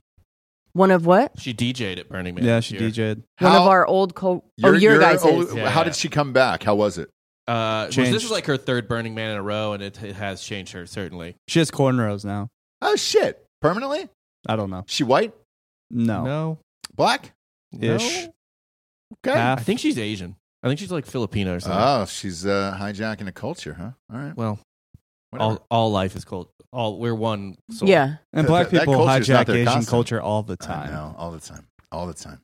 S2: one of what?
S4: She DJ'd at Burning Man.
S3: Yeah,
S4: this
S3: she
S4: year.
S3: DJ'd.
S2: One of
S1: How-
S2: our old co. Oh, your, guys.
S1: old-
S4: Yeah,
S1: how
S4: yeah.
S1: did she come back? How was it?
S4: Uh, was- this is
S3: Changed.
S4: like her third Burning Man in a row, and it, it has changed her certainly.
S3: She has cornrows now.
S1: Oh shit! Permanently?
S3: I don't know.
S1: She white?
S3: No.
S4: no.
S1: Black?
S3: Ish.
S1: Okay.
S3: Half.
S4: I think she's Asian. I think she's like Filipino or something.
S1: Oh, she's uh, hijacking a culture, huh? All right.
S4: well,
S1: Whatever.
S4: all, all life is cold. All we're one. Soul.
S2: Yeah.
S3: And
S1: That-
S3: black
S1: that
S3: people
S1: culture's not
S3: hijack
S1: their
S3: Asian
S1: costume.
S3: culture all the
S1: I
S3: time.
S1: know, all the time, all the time.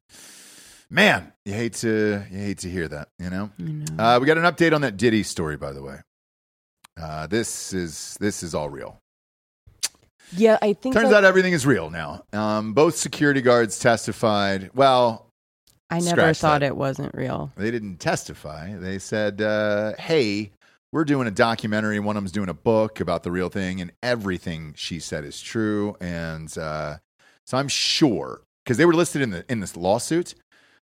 S1: Man, you hate to you hate to hear that, you know.
S3: Mm-hmm.
S1: Uh, we got an update on that Diddy story, by the way. Uh, this is this is all real.
S2: Yeah, I think.
S1: Turns
S2: that-
S1: out everything is real now. Um, both security guards testified. Well,
S2: I never
S1: scratch
S2: thought
S1: that.
S2: it wasn't real.
S1: They didn't testify. They said, uh, hey, we're doing a documentary. One of them's doing a book about the real thing, and everything she said is true. And uh, so I'm sure, because they were listed in, the, in this lawsuit,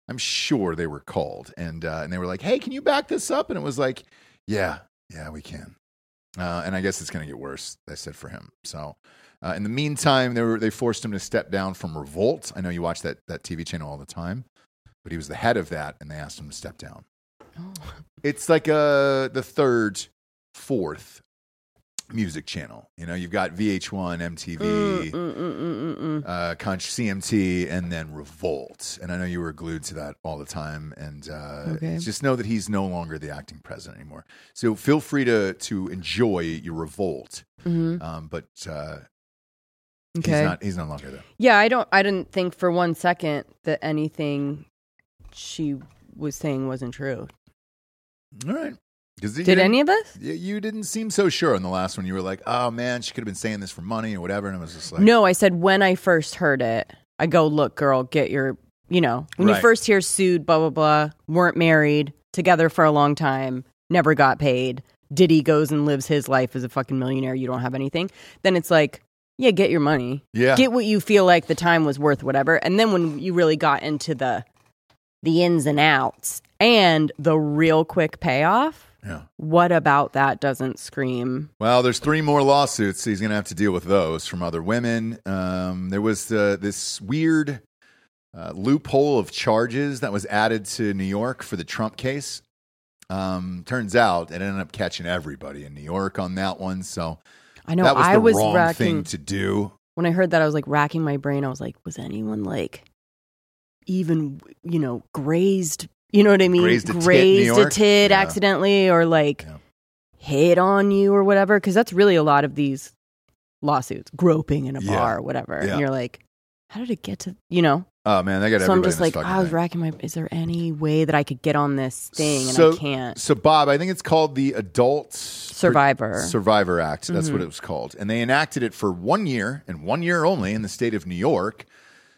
S1: I'm sure they were called. And, uh, and they were like, hey, can you back this up? And it was like, yeah, yeah, we can. Uh, and I guess it's going to get worse, they said for him. So uh, in the meantime, they, were, they forced him to step down from Revolt. I know you watch that, that TV channel all the time but he was the head of that and they asked him to step down it's like uh the third fourth music channel you know you've got vh1
S2: Mm,
S1: mtv
S2: Mm-mm-mm-mm-mm.
S1: uh conch cmt and then revolt and i know you were glued to that all the time and uh
S2: Okay.
S1: just know that he's no longer the acting president anymore so feel free to to enjoy your revolt
S2: Mhm.
S1: um but uh
S2: Okay.
S1: he's not he's no longer there
S2: yeah, I don't. I didn't think for one second that anything she was saying wasn't true.
S1: all right 'Cause you
S2: Did
S1: didn't-
S2: any of us?
S1: You, you didn't seem so sure on the last one. You were like, "Oh man, she could have been saying this for money or whatever," and I was just like,
S2: no, I said when I first heard it, I go, look, girl, get your, you know, when you
S1: Right.
S2: first hear sued, blah, blah, blah, weren't married, together for a long time, never got paid. Diddy goes and lives his life as a fucking millionaire. You don't have anything. Then it's like, yeah, get your money.
S1: "Yeah,
S2: Get what you feel like the time was worth, whatever. And then when you really got into the the ins and outs and the real quick payoff,
S1: yeah."
S2: what about that doesn't scream
S1: Well, there's three more lawsuits. He's going to have to deal with those from other women. Um, there was uh, this weird uh, loophole of charges that was added to New York for the Trump case. Um, turns out it ended up catching everybody in New York on that one. So
S2: I know
S1: that was the
S2: I was
S1: wrong
S2: racking
S1: thing to do.
S2: when I heard that, I was like racking my brain. I was like, was anyone like even, you know, grazed? You know what I mean?
S1: Grazed a tit in New
S2: Grazed
S1: York?
S2: tit
S1: Yeah.
S2: accidentally or like
S1: Yeah.
S2: hit on you or whatever. Cause that's really a lot of these lawsuits, groping in a
S1: Yeah.
S2: bar or whatever.
S1: Yeah.
S2: And you're like, how did it get to, you know?
S1: Oh man, they got
S2: So I'm
S1: everybody
S2: just
S1: in this
S2: like,
S1: fucking
S2: I was
S1: thing.
S2: racking my, is there any way that I could get on this thing and
S1: So-
S2: I can't?
S1: So Bob, I think it's called the Adult
S2: Survivor. Mm-hmm.
S1: Survivor Act. That's what it was called. And they enacted it for one year and one year only in the state of New York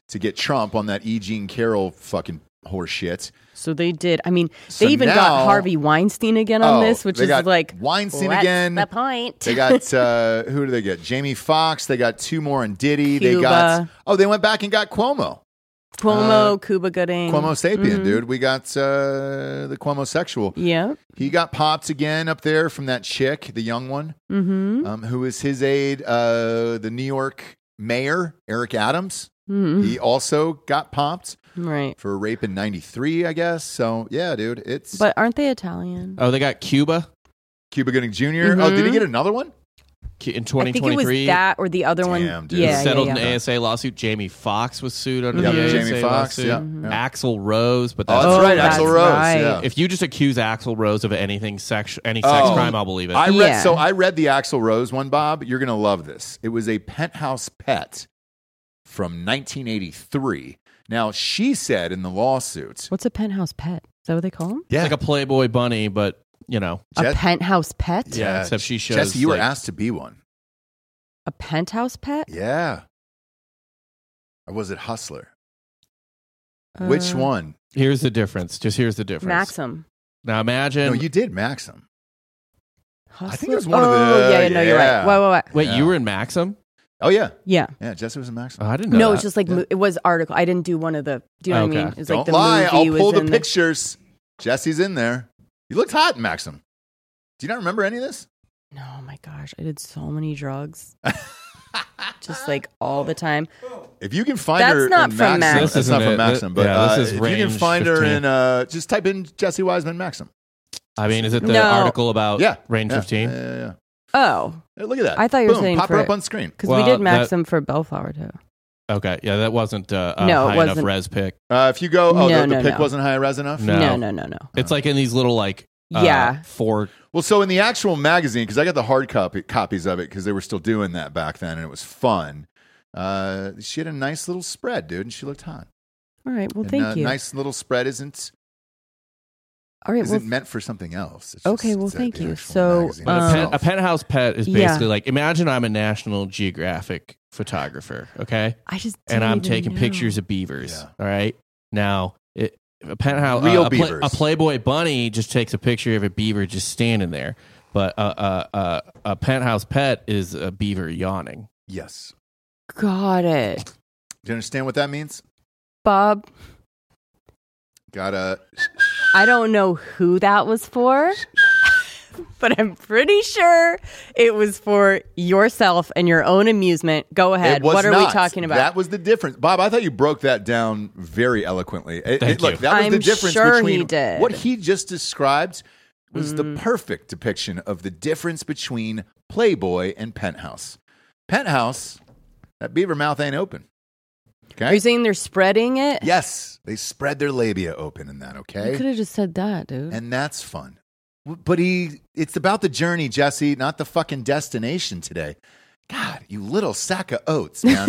S1: to get Trump on that E. Jean Carroll fucking horse shit.
S2: So they did. I mean, they
S1: So
S2: even
S1: now-
S2: got Harvey Weinstein again on
S1: Oh,
S2: this, which
S1: they
S2: is
S1: got
S2: like,
S1: Weinstein
S2: what's
S1: again.
S2: the point?
S1: They got uh, who do they get? Jamie Foxx. They got two more on Diddy. They got
S2: Cuba.
S1: oh, they went back and got Cuomo.
S2: Cuomo, Cuba Gooding.
S1: uh,
S2: Mm-hmm.
S1: Cuomo sapien, dude. We got uh, the Cuomo sexual.
S2: Yeah.
S1: He got popped again up there from that chick, the young one.
S2: Mm-hmm.
S1: um, who is his aide, uh, the New York mayor, Eric Adams.
S2: mm-hmm.
S1: He also got popped
S2: Right.
S1: for rape in 93, I guess. So, yeah, dude, it's
S2: But aren't they Italian?
S4: Oh, they got Cuba
S1: Cuba Gooding junior Oh, did he
S2: Mhm.
S1: get another one?
S4: Cu- in
S2: I think it was
S4: 2023.
S2: that or the other
S1: Damn,
S2: one.
S1: dude.
S2: Yeah,
S4: settled
S2: yeah, yeah.
S4: an ASA lawsuit. Jamie Fox was sued under
S1: Yeah,
S4: the ASA
S1: Jamie Fox.
S4: lawsuit.
S1: Yeah.
S2: Mhm.
S1: yeah.
S4: Axel Rose, but
S1: Oh,
S4: that's,
S1: that's
S2: Oh,
S1: right.
S2: that's
S1: Axel Rose.
S2: right.
S1: Yeah.
S4: If you just accuse Axl Rose of anything sex, any sex
S1: Oh.
S4: crime, I'll believe it.
S1: I read
S2: Yeah.
S1: so I read the Axel Rose one, Bob. You're gonna love this. It was a penthouse pet from 1983. Now she said in the lawsuit,
S2: What's a penthouse pet? Is that what they call them?
S1: yeah,
S4: Like a Playboy bunny, but you know,
S2: A
S1: Jes-
S2: penthouse pet?
S4: Yeah. except she shows,
S1: Jesse, you were
S4: like-
S1: asked to be one.
S2: A penthouse pet?
S1: Yeah. Or was it Hustler? Which
S2: Uh,
S1: one?
S4: here's the difference. Just here's the difference.
S2: Maxim.
S4: Now imagine.
S1: No, you did Maxim. I think it was
S2: Hustler?
S1: one of the-
S2: Oh, yeah, yeah, no, you're
S1: yeah.
S2: right. Wait, wait, wait.
S4: wait,
S1: Yeah.
S4: you were in Maxim?
S1: Oh yeah,
S2: Yeah.
S1: yeah. Jesse was in Maxim.
S4: Oh, I didn't know.
S2: No,
S4: that.
S2: it's just like,
S1: Yeah.
S2: mo- it was article. I didn't do one of the, do you know what I
S4: Okay.
S2: mean? It's
S1: Don't
S2: like the
S1: lie.
S2: movie
S1: I'll pull
S2: was
S1: the
S2: in
S1: pictures. Jesse's in there. You looked hot in Maxim. Do you not remember any of this?
S2: No, oh my gosh. I did so many drugs. Just like all the time.
S1: If you can find
S2: That's
S1: her,
S2: not
S1: in Maxim,
S2: from Maxim.
S4: This
S1: that's not
S4: isn't
S1: from
S4: it.
S1: Maxim.
S4: Th-
S1: But
S4: yeah, this
S1: uh,
S4: is
S1: if you can
S4: range
S1: find her
S4: 15.
S1: in, uh, just type in Jesse Wiseman Maxim.
S4: I mean, is it the
S2: No.
S4: article about
S1: Yeah,
S4: Oh, range
S1: yeah,
S4: fifteen?
S1: Yeah, yeah, yeah.
S2: Oh,
S1: Hey, Look at that.
S2: I thought you were
S1: Boom,
S2: saying
S1: pop her
S2: for
S1: up
S2: it.
S1: on screen.
S2: because
S4: Well,
S2: we did
S4: that-
S2: Maxim for Bellflower too.
S4: Okay, yeah, that wasn't uh, a
S2: No, it
S4: high enough
S2: wasn't.
S4: res pick.
S1: Uh, if you go, oh, the,
S2: No,
S1: the
S2: no,
S1: pic
S2: no.
S1: wasn't high res enough.
S4: No.
S2: No, no, no, no.
S4: It's like in these little like uh,
S2: Yeah.
S4: four.
S1: Well, so in the actual magazine, because I got the hard copy copies of it because they were still doing that back then, and it was fun. Uh, she had a nice little spread, dude, and she looked hot.
S2: All right. Well,
S1: and,
S2: thank
S1: uh,
S2: you.
S1: Nice little spread isn't
S2: All right.
S1: isn't
S2: Well,
S1: meant for something else. It's
S2: Okay,
S1: just-
S2: well,
S1: it's a-
S2: thank
S1: the
S2: you.
S1: actual
S2: So,
S1: magazine
S4: But a,
S2: Um,
S4: pen,
S1: itself.
S4: a penthouse pet is
S2: Yeah.
S4: basically like imagine I'm a National Geographic photographer, okay,
S2: I just
S4: and
S2: didn't
S4: I'm
S2: even
S4: taking
S2: know.
S4: pictures of beavers.
S1: Yeah.
S4: All right, now it, a penthouse,
S1: Real
S4: uh, a, pla-
S1: beavers.
S4: a Playboy bunny just takes a picture of a beaver just standing there, but a uh, uh, uh, a penthouse pet is a beaver yawning.
S1: yes.
S2: Got it,
S1: Do you understand what that means?
S2: Bob.
S1: Got a
S2: I don't know who that was for, but I'm pretty sure it was for yourself and your own amusement. Go ahead.
S1: It was
S2: what are we
S1: not.
S2: talking about?
S1: That was the difference, Bob. I thought you broke that down very eloquently. It-
S4: Thank
S1: it- look,
S4: you.
S1: that was the
S2: I'm
S1: difference
S2: sure
S1: between
S2: he did. Mm.
S1: what he just described was the perfect depiction of the difference between Playboy and Penthouse. Penthouse, that beaver mouth ain't open.
S2: are
S1: Okay.
S2: you saying they're spreading it?
S1: yes, they spread their labia open in that.
S2: You could
S1: Okay,
S2: have just said that, dude.
S1: and that's fun. W- But he, it's about the journey, Jesse, not the fucking destination today. God, you little sack of oats, man.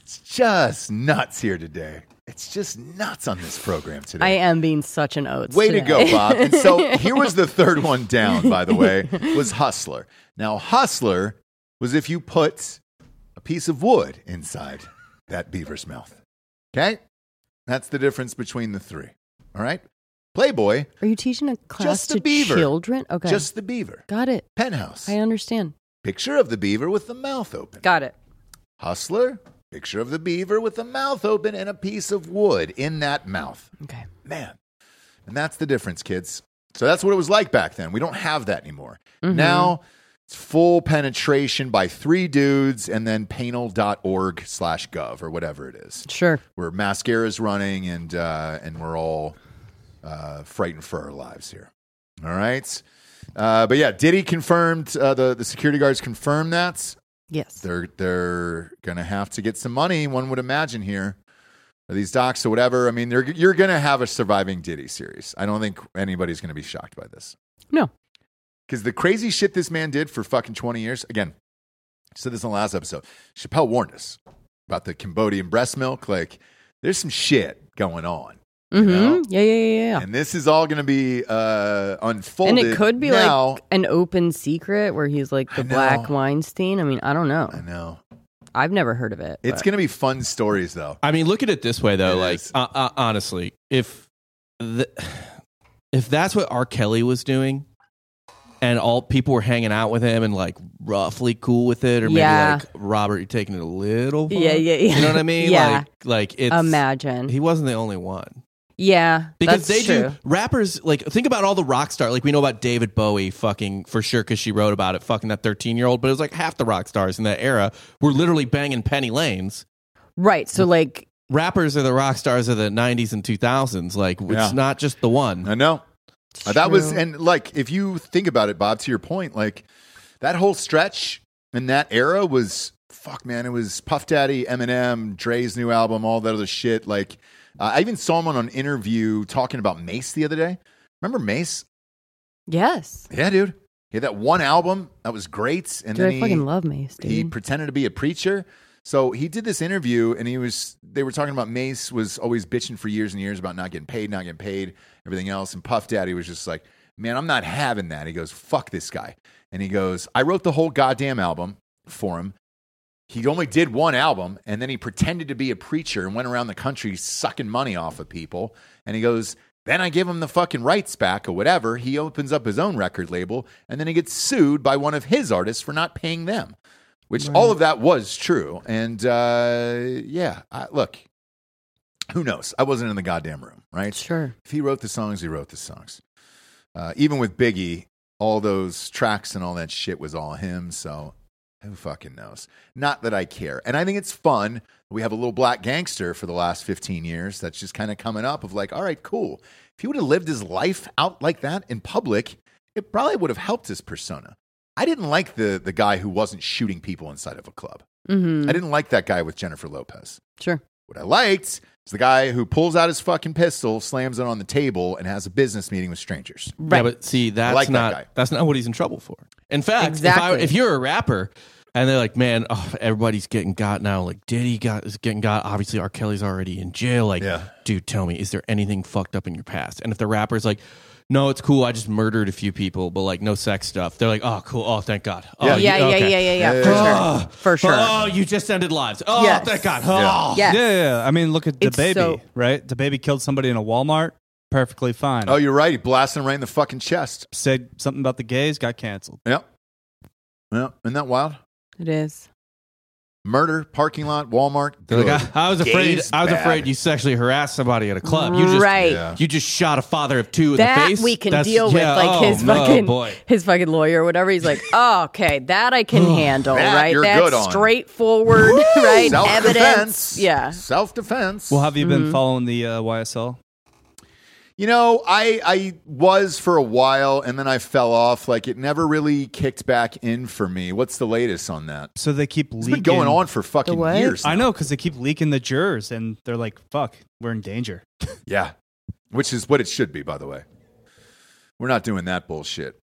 S1: it's just nuts here today. It's just nuts on this program today.
S2: I am being such an oats.
S1: Way to
S2: today.
S1: go, Bob. And so here was the third one down, by the way, was Hustler. Now, Hustler was if you put a piece of wood inside that beaver's mouth. Okay? That's the difference between the three. All right? Playboy,
S2: Are you teaching a class
S1: Just the
S2: to
S1: beaver.
S2: children? Okay.
S1: just the beaver.
S2: Got it.
S1: Penthouse,
S2: I understand.
S1: picture of the beaver with the mouth open.
S2: Got it.
S1: Hustler, picture of the beaver with the mouth open and a piece of wood in that mouth.
S2: Okay.
S1: Man. And that's the difference, kids. So that's what it was like back then. We don't have that anymore. Now it's full penetration by three dudes and then panel.org slash gov or whatever it is.
S2: Sure.
S1: Where mascara's running and uh, and we're all uh, frightened for our lives here. All right. Uh, but yeah, Diddy confirmed uh, the, the security guards confirmed that.
S2: Yes.
S1: They're they're gonna have to get some money, one would imagine here. Or these docs or whatever. I mean, they're, you're gonna have a surviving Diddy series. I don't think anybody's gonna be shocked by this
S2: No.
S1: because the crazy shit this man did for fucking 20 years again I said this in the last episode chappelle warned us about the cambodian breast milk like there's some shit going on
S2: Mm-hmm.
S1: know?
S2: Yeah, yeah, yeah, yeah.
S1: and this is all going to be uh, unfolded
S2: And it could be
S1: now.
S2: like an open secret where he's like
S1: I
S2: the
S1: know.
S2: Black Weinstein. I mean, I don't know.
S1: i know
S2: I've never heard of it.
S1: it's
S2: but-
S1: going to be fun stories though
S4: I mean, look at it this way though.
S1: It
S4: like,
S1: is.
S4: uh, uh, honestly, if the, if that's what R. Kelly was doing, and all people were hanging out with him and like roughly cool with it, or maybe
S2: Yeah.
S4: like Robert, you're taking it a little. far."
S2: Yeah, yeah, yeah.
S4: You know what I mean?
S2: Yeah.
S4: Like, like it's
S2: Imagine.
S4: he wasn't the only one.
S2: yeah.
S4: Because
S2: that's
S4: they
S2: true.
S4: do rappers like think about all the rock star like we know about David Bowie fucking for sure because she wrote about it fucking that thirteen year old but it was like half the rock stars in that era were literally banging penny lanes
S2: Right. So, like,
S4: rappers are the rock stars of the 90s and 2000s like it's
S1: Yeah.
S4: not just the
S1: i
S4: one
S1: know
S2: it's
S1: Uh, that was
S2: true.
S1: and like if you think about it bob to your point like that whole stretch in that era was fuck man it was puff daddy eminem dre's new album all that other shit like uh, i even saw him on an interview talking about mace the other day remember mace
S2: yes.
S1: yeah dude he had that one album that was great and
S2: Dude,
S1: then
S2: I
S1: he,
S2: fucking love Mace,
S1: he
S2: dude.
S1: pretended to be a preacher so he did this interview and he was they were talking about mace was always bitching for years and years about not getting paid not getting paid everything else and puff daddy was just like man i'm not having that he goes fuck this guy and he goes i wrote the whole goddamn album for him he only did one album and then he pretended to be a preacher and went around the country sucking money off of people and he goes then i give him the fucking rights back or whatever he opens up his own record label and then he gets sued by one of his artists for not paying them which all of that was true and uh, yeah I, look who knows i wasn't in the goddamn room right
S2: Sure.
S1: if he wrote the songs, he wrote the songs. Uh, even with Biggie, all those tracks and all that shit was all him. So who fucking knows? Not that I care. And I think it's fun. We have a little black gangster for the last 15 years that's just kind of coming up of like, all right, cool. If he would have lived his life out like that in public, it probably would have helped his persona. I didn't like the, the guy who wasn't shooting people inside of a club.
S2: Mm-hmm.
S1: I didn't like that guy with Jennifer Lopez.
S2: Sure.
S1: What I liked is the guy who pulls out his fucking pistol, slams it on the table, and has a business meeting with strangers.
S2: Right.
S4: yeah but see that's
S1: like that
S4: not
S1: guy.
S4: that's not what he's in trouble for in fact if,
S2: Exactly.
S4: I, if you're a rapper and they're like man oh, everybody's getting got now like Diddy got is getting got obviously R Kelly's already in jail like
S1: Yeah.
S4: dude tell me is there anything fucked up in your past and if the rapper's like no, it's cool. I just murdered a few people, but like no sex stuff. They're like, oh, cool. Oh, thank God. Oh,
S1: Yeah.
S4: you-
S2: yeah, yeah,
S4: okay.
S2: yeah, yeah, yeah,
S4: Oh,
S2: For sure. For sure.
S4: Oh, you just ended lives. Oh,
S2: Yes.
S4: thank God.
S1: Yeah.
S4: Oh.
S2: Yes.
S3: Yeah, yeah. I mean, look at the
S2: It's
S3: baby,
S2: so-
S3: right? The baby killed somebody in a Walmart. Perfectly fine.
S1: Oh, you're right. He blasted him right in the fucking chest.
S3: Said something about the gays, got canceled.
S1: Yep. Yep. Isn't that wild?
S2: It is.
S1: Murder, parking lot, Walmart.
S4: They're like,
S1: Good.
S4: I, I was afraid.
S1: Gay's
S4: I was
S1: bad.
S4: afraid you sexually harassed somebody at a club. You just,
S2: Right.
S1: Yeah.
S4: you just shot a father of two in
S2: That
S4: the face.
S2: we can
S4: That's-
S2: deal with,
S4: yeah,
S2: like
S4: oh,
S2: his
S4: no,
S2: fucking
S4: boy.
S2: his fucking lawyer or whatever. He's like, oh, okay, that I can handle,
S1: That
S2: right?
S1: you're
S2: That's
S1: good on."
S2: straightforward, right?
S1: Self
S2: Evidence,
S1: defense.
S2: yeah.
S1: Self defense.
S3: Well, have you
S1: Mm-hmm.
S3: been following the uh, YSL?
S1: You know, I I was for a while, and then I fell off. Like it never really kicked back in for me. What's the latest on that?
S3: So they keep
S1: It's
S3: leaking.
S1: been going on for fucking
S2: The what?
S1: years.
S3: I
S1: now.
S3: know because they keep leaking the jurors, and they're like, "Fuck, we're in danger."
S1: Yeah. Which is what it should be, by the way. We're not doing that bullshit.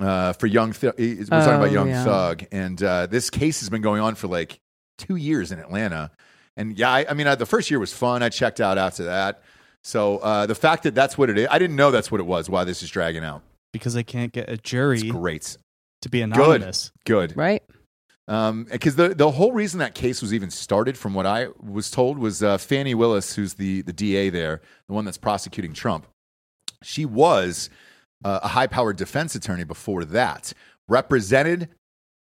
S1: Uh, for young, Thug- we're talking
S2: Oh,
S1: about Young
S2: yeah.
S1: Thug, and uh, this case has been going on for like two years in Atlanta, And yeah, I, I mean, I, the first year was fun. I checked out after that. So uh, the fact that that's what it is, I didn't know that's what it was. Why this is dragging out?
S3: because they can't get a
S1: It's
S3: jury
S1: great,
S3: to be anonymous.
S1: good.
S2: right?
S1: Um, because the the whole reason that case was even started, from what I was told, was uh, Fannie Willis, who's the the DA there, the one that's prosecuting Trump. She was uh, a high powered defense attorney before that. Represented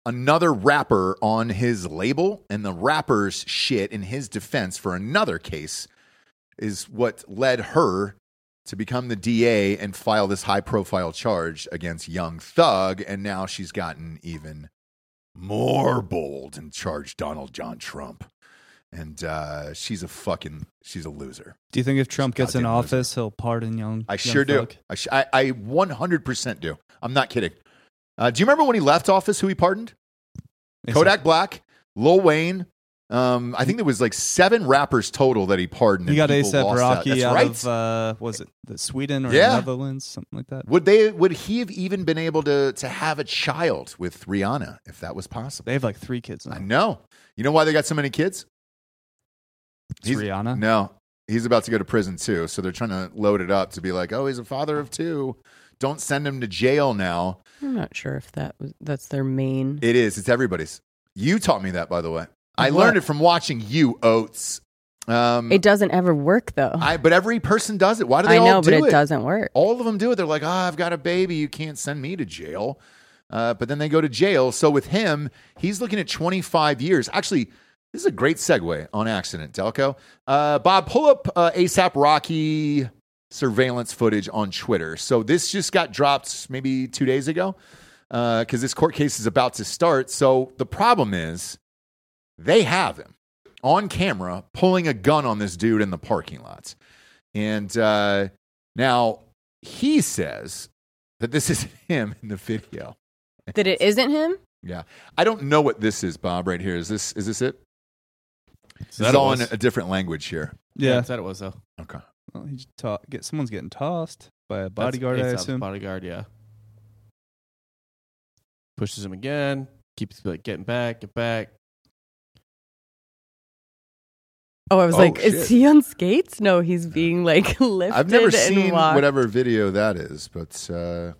S1: another rapper on his label, and the rapper's shit in his defense for another case is what led her to become the DA and file this high profile charge against Young Thug. And now she's gotten even more bold and charged Donald John Trump. And uh, she's a fucking she's a loser.
S3: Do you think if Trump gets in
S1: Goddamn loser.
S3: office, he'll pardon Young?
S1: I
S3: Young
S1: sure do.
S3: Thug?
S1: I, sh- I I 100% do. I'm not kidding. Uh, do you remember when he left office? Who he pardoned?
S3: It's
S1: Kodak Black, Lil Wayne. Um, I think there was like seven rappers total that he pardoned.
S3: Like, you
S1: and
S3: got
S1: people
S3: ASAP
S1: lost out.
S3: Rocky
S1: That's
S3: out,
S1: right.
S3: of uh, was it the Sweden or
S1: Yeah.
S3: Netherlands, something like that.
S1: would they? Would he have even been able to to have a child with Rihanna if that was possible?
S3: They have like three kids now.
S1: I know. You know why they got so many kids?
S3: It's
S1: He's-
S3: Rihanna.
S1: No, he's about to go to prison too. So they're trying to load it up to be like, oh, he's a father of two. Don't send him to jail now.
S2: I'm not sure if that was, that's their main.
S1: It is. It's everybody's. You taught me that, by the way. I
S3: What?
S1: learned it from watching you, Oates. Um,
S2: It doesn't ever work though. I,
S1: I, but every person does it. Why do they all
S2: know,
S1: do
S2: but it,
S1: it?
S2: doesn't work.
S1: All of them do it. They're like, ah, I've got a baby. You can't send me to jail. Uh, but then they go to jail. So with him, he's looking at 25 years. Actually, this is a great segue on accident, Delco. Uh, Bob, pull up uh, ASAP Rocky surveillance footage on Twitter. So this just got dropped maybe two days ago because this court case is about to start. So the problem is they have him on camera pulling a gun on this dude in the parking lot. And uh, now he says that this is him in the video.
S2: That it isn't him.
S1: Yeah, I don't know what this is, Bob. Right here is this is this it?
S4: So
S1: This
S4: that
S1: is
S4: it
S1: all in
S4: was.
S1: a different language here.
S4: Yeah,
S3: Yeah.
S4: that's what it was though.
S1: Okay,
S3: Well, he just to- get, someone's getting tossed by a
S4: That's
S3: bodyguard, I
S4: Aesop's
S3: assume.
S4: Bodyguard, yeah. Pushes him again. Keeps like getting back, get back.
S2: Oh, I was
S1: Oh,
S2: like,
S1: shit.
S2: is he on skates? No, he's being like lifted.
S1: I've never
S2: and
S1: seen
S2: walked.
S1: whatever video that is, but uh,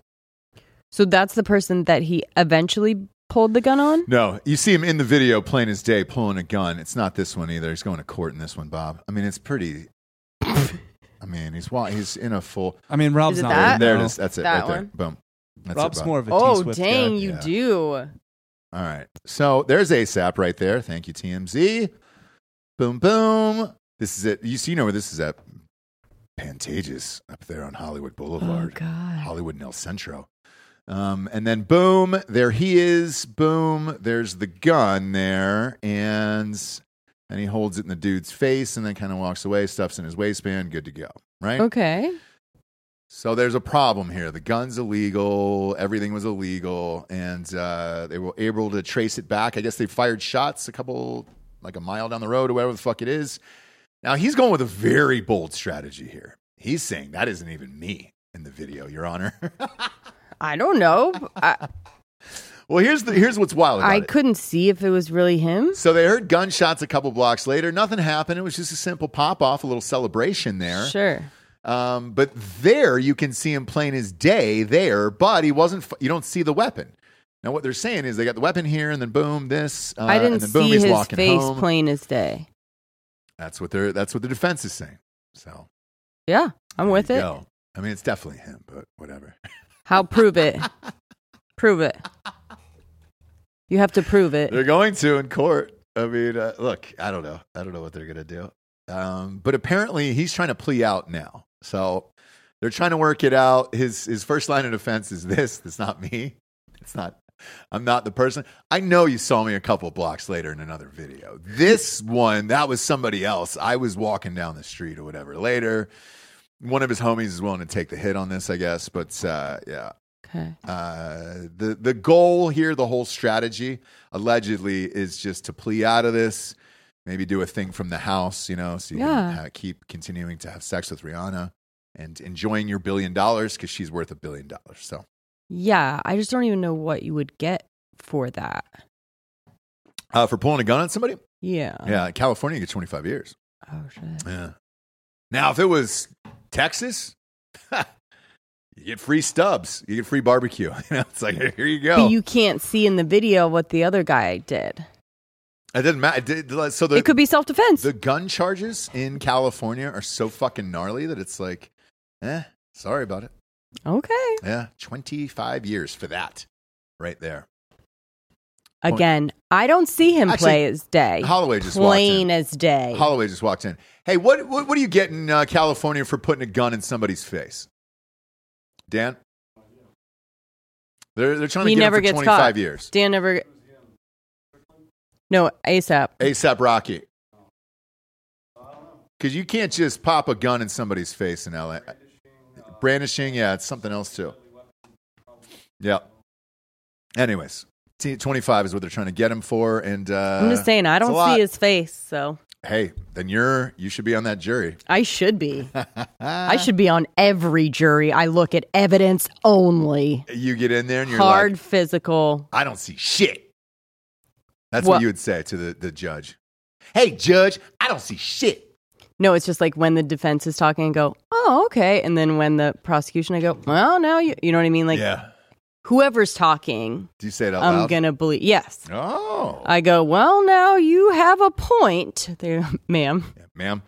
S2: So that's the person that he eventually pulled the gun on.
S1: no, you see him in the video, plain as day, pulling a gun. It's not this one either. He's going to court in this one, Bob. I mean, it's pretty. I mean, he's wa- he's in a full.
S3: I mean, Rob's
S2: it
S3: not.
S2: that?
S1: there it
S3: no.
S1: is. That's it.
S2: That
S1: right
S2: one.
S1: there. Boom. That's it,
S3: Rob's
S1: Bob.
S3: more of a
S2: Oh,
S3: T-Swift
S2: dang,
S3: guy.
S2: you
S1: yeah. Oh,
S2: do.
S1: All right. So there's ASAP right there. Thank you, TMZ. Boom, boom. This is it. You see, you know where this is at. Pantages up there on Hollywood
S2: Oh
S1: Boulevard,
S2: God.
S1: Hollywood and El Centro. Um, and then boom, there he is. Boom, there's the gun there. And and he holds it in the dude's face and then kind of walks away, stuffs in his waistband. Good to go. Right?
S2: Okay.
S1: So there's a problem here. The gun's illegal. Everything was illegal, and uh, they were able to trace it back. I guess they fired shots a couple, like a mile down the road or wherever the fuck it is. Now he's going with a very bold strategy here. He's saying that isn't even me in the video, Your Honor.
S2: I don't know. I,
S1: well, here's the here's what's wild about
S2: I
S1: it.
S2: couldn't see if it was really him.
S1: so they heard gunshots a couple blocks later. Nothing happened. It was just a simple pop off, a little celebration there.
S2: Sure.
S1: Um, but there you can see him plain as day there, but he wasn't, f- you don't see the weapon. Now, what they're saying is they got the weapon here and then boom, this, uh,
S2: I
S1: and
S2: didn't
S1: then boom,
S2: see
S1: he's
S2: his
S1: walking
S2: face
S1: home.
S2: plain as day.
S1: That's what they're, that's what the defense is saying. So
S2: Yeah, I'm
S1: there
S2: with
S1: you
S2: it.
S1: go. I mean, it's definitely him, but whatever.
S2: How prove it? prove it. You have to prove
S1: they're
S2: it.
S1: going to in court. I mean, uh, look, I don't know. I don't know what they're going to do. Um, but apparently he's trying to plea out now. So they're trying to work it out. His, his first line of defense is this. It's not me. It's not, I'm not the person. I know you saw me a couple blocks later in another video. This one, that was somebody else. I was walking down the street or whatever later. One of his homies is willing to take the hit on this, I guess. But uh, yeah,
S2: Okay.
S1: uh, the the goal here, the whole strategy, allegedly, is just to plea out of this. Maybe do a thing from the house, you know, so you can
S2: Yeah.
S1: uh, keep continuing to have sex with Rihanna and enjoying your billion dollars because she's worth a billion dollars. So
S2: Yeah, I just don't even know what you would get for that.
S1: uh, for pulling a gun on somebody,
S2: Yeah.
S1: Yeah, in California, you get 25 years.
S2: Oh shit.
S1: Yeah. Now, if it was Texas, you get free stubs, you get free barbecue. You know, it's like here you go.
S2: But you can't see in the video what the other guy did.
S1: it doesn't matter. It did- So the
S2: it could be self defense.
S1: the gun charges in California are so fucking gnarly that it's like, eh, sorry about it.
S2: okay.
S1: Yeah, 25 years for that, right there.
S2: Again, I don't see him
S1: Actually,
S2: play as day.
S1: Holloway just walked in.
S2: plain as day.
S1: Holloway just walked in. Hey, what what, what do you get in uh, California for putting a gun in somebody's face? Dan, they're they're trying to
S2: he
S1: get him
S2: never
S1: for
S2: gets
S1: 25
S2: caught.
S1: years.
S2: Dan never. No, ASAP.
S1: ASAP Rocky. Because you can't just pop a gun in somebody's face in LA. Brandishing, yeah, it's something else too. Yeah. Anyways, t- 25 is what they're trying to get him for. And uh,
S2: I'm just saying, I
S1: it's a
S2: don't
S1: lot.
S2: see his face, so
S1: Hey, then you're you should be on that jury.
S2: I should be. I should be on every jury. I look at evidence only.
S1: You get in there and you're
S2: Hard
S1: like,
S2: physical.
S1: I don't see shit. That's what
S2: Well-
S1: you would say to the, the judge. Hey, judge, I don't see shit.
S2: No, it's just like when the defense is talking and go, oh, okay. And then when the prosecution, I go, well, now you, you know what I mean? Like
S1: yeah.
S2: whoever's talking,
S1: Do you say it out
S2: I'm
S1: loud?
S2: going to believe. Yes.
S1: oh.
S2: I go, well, now you have a point there, ma'am.
S1: Yeah, ma'am.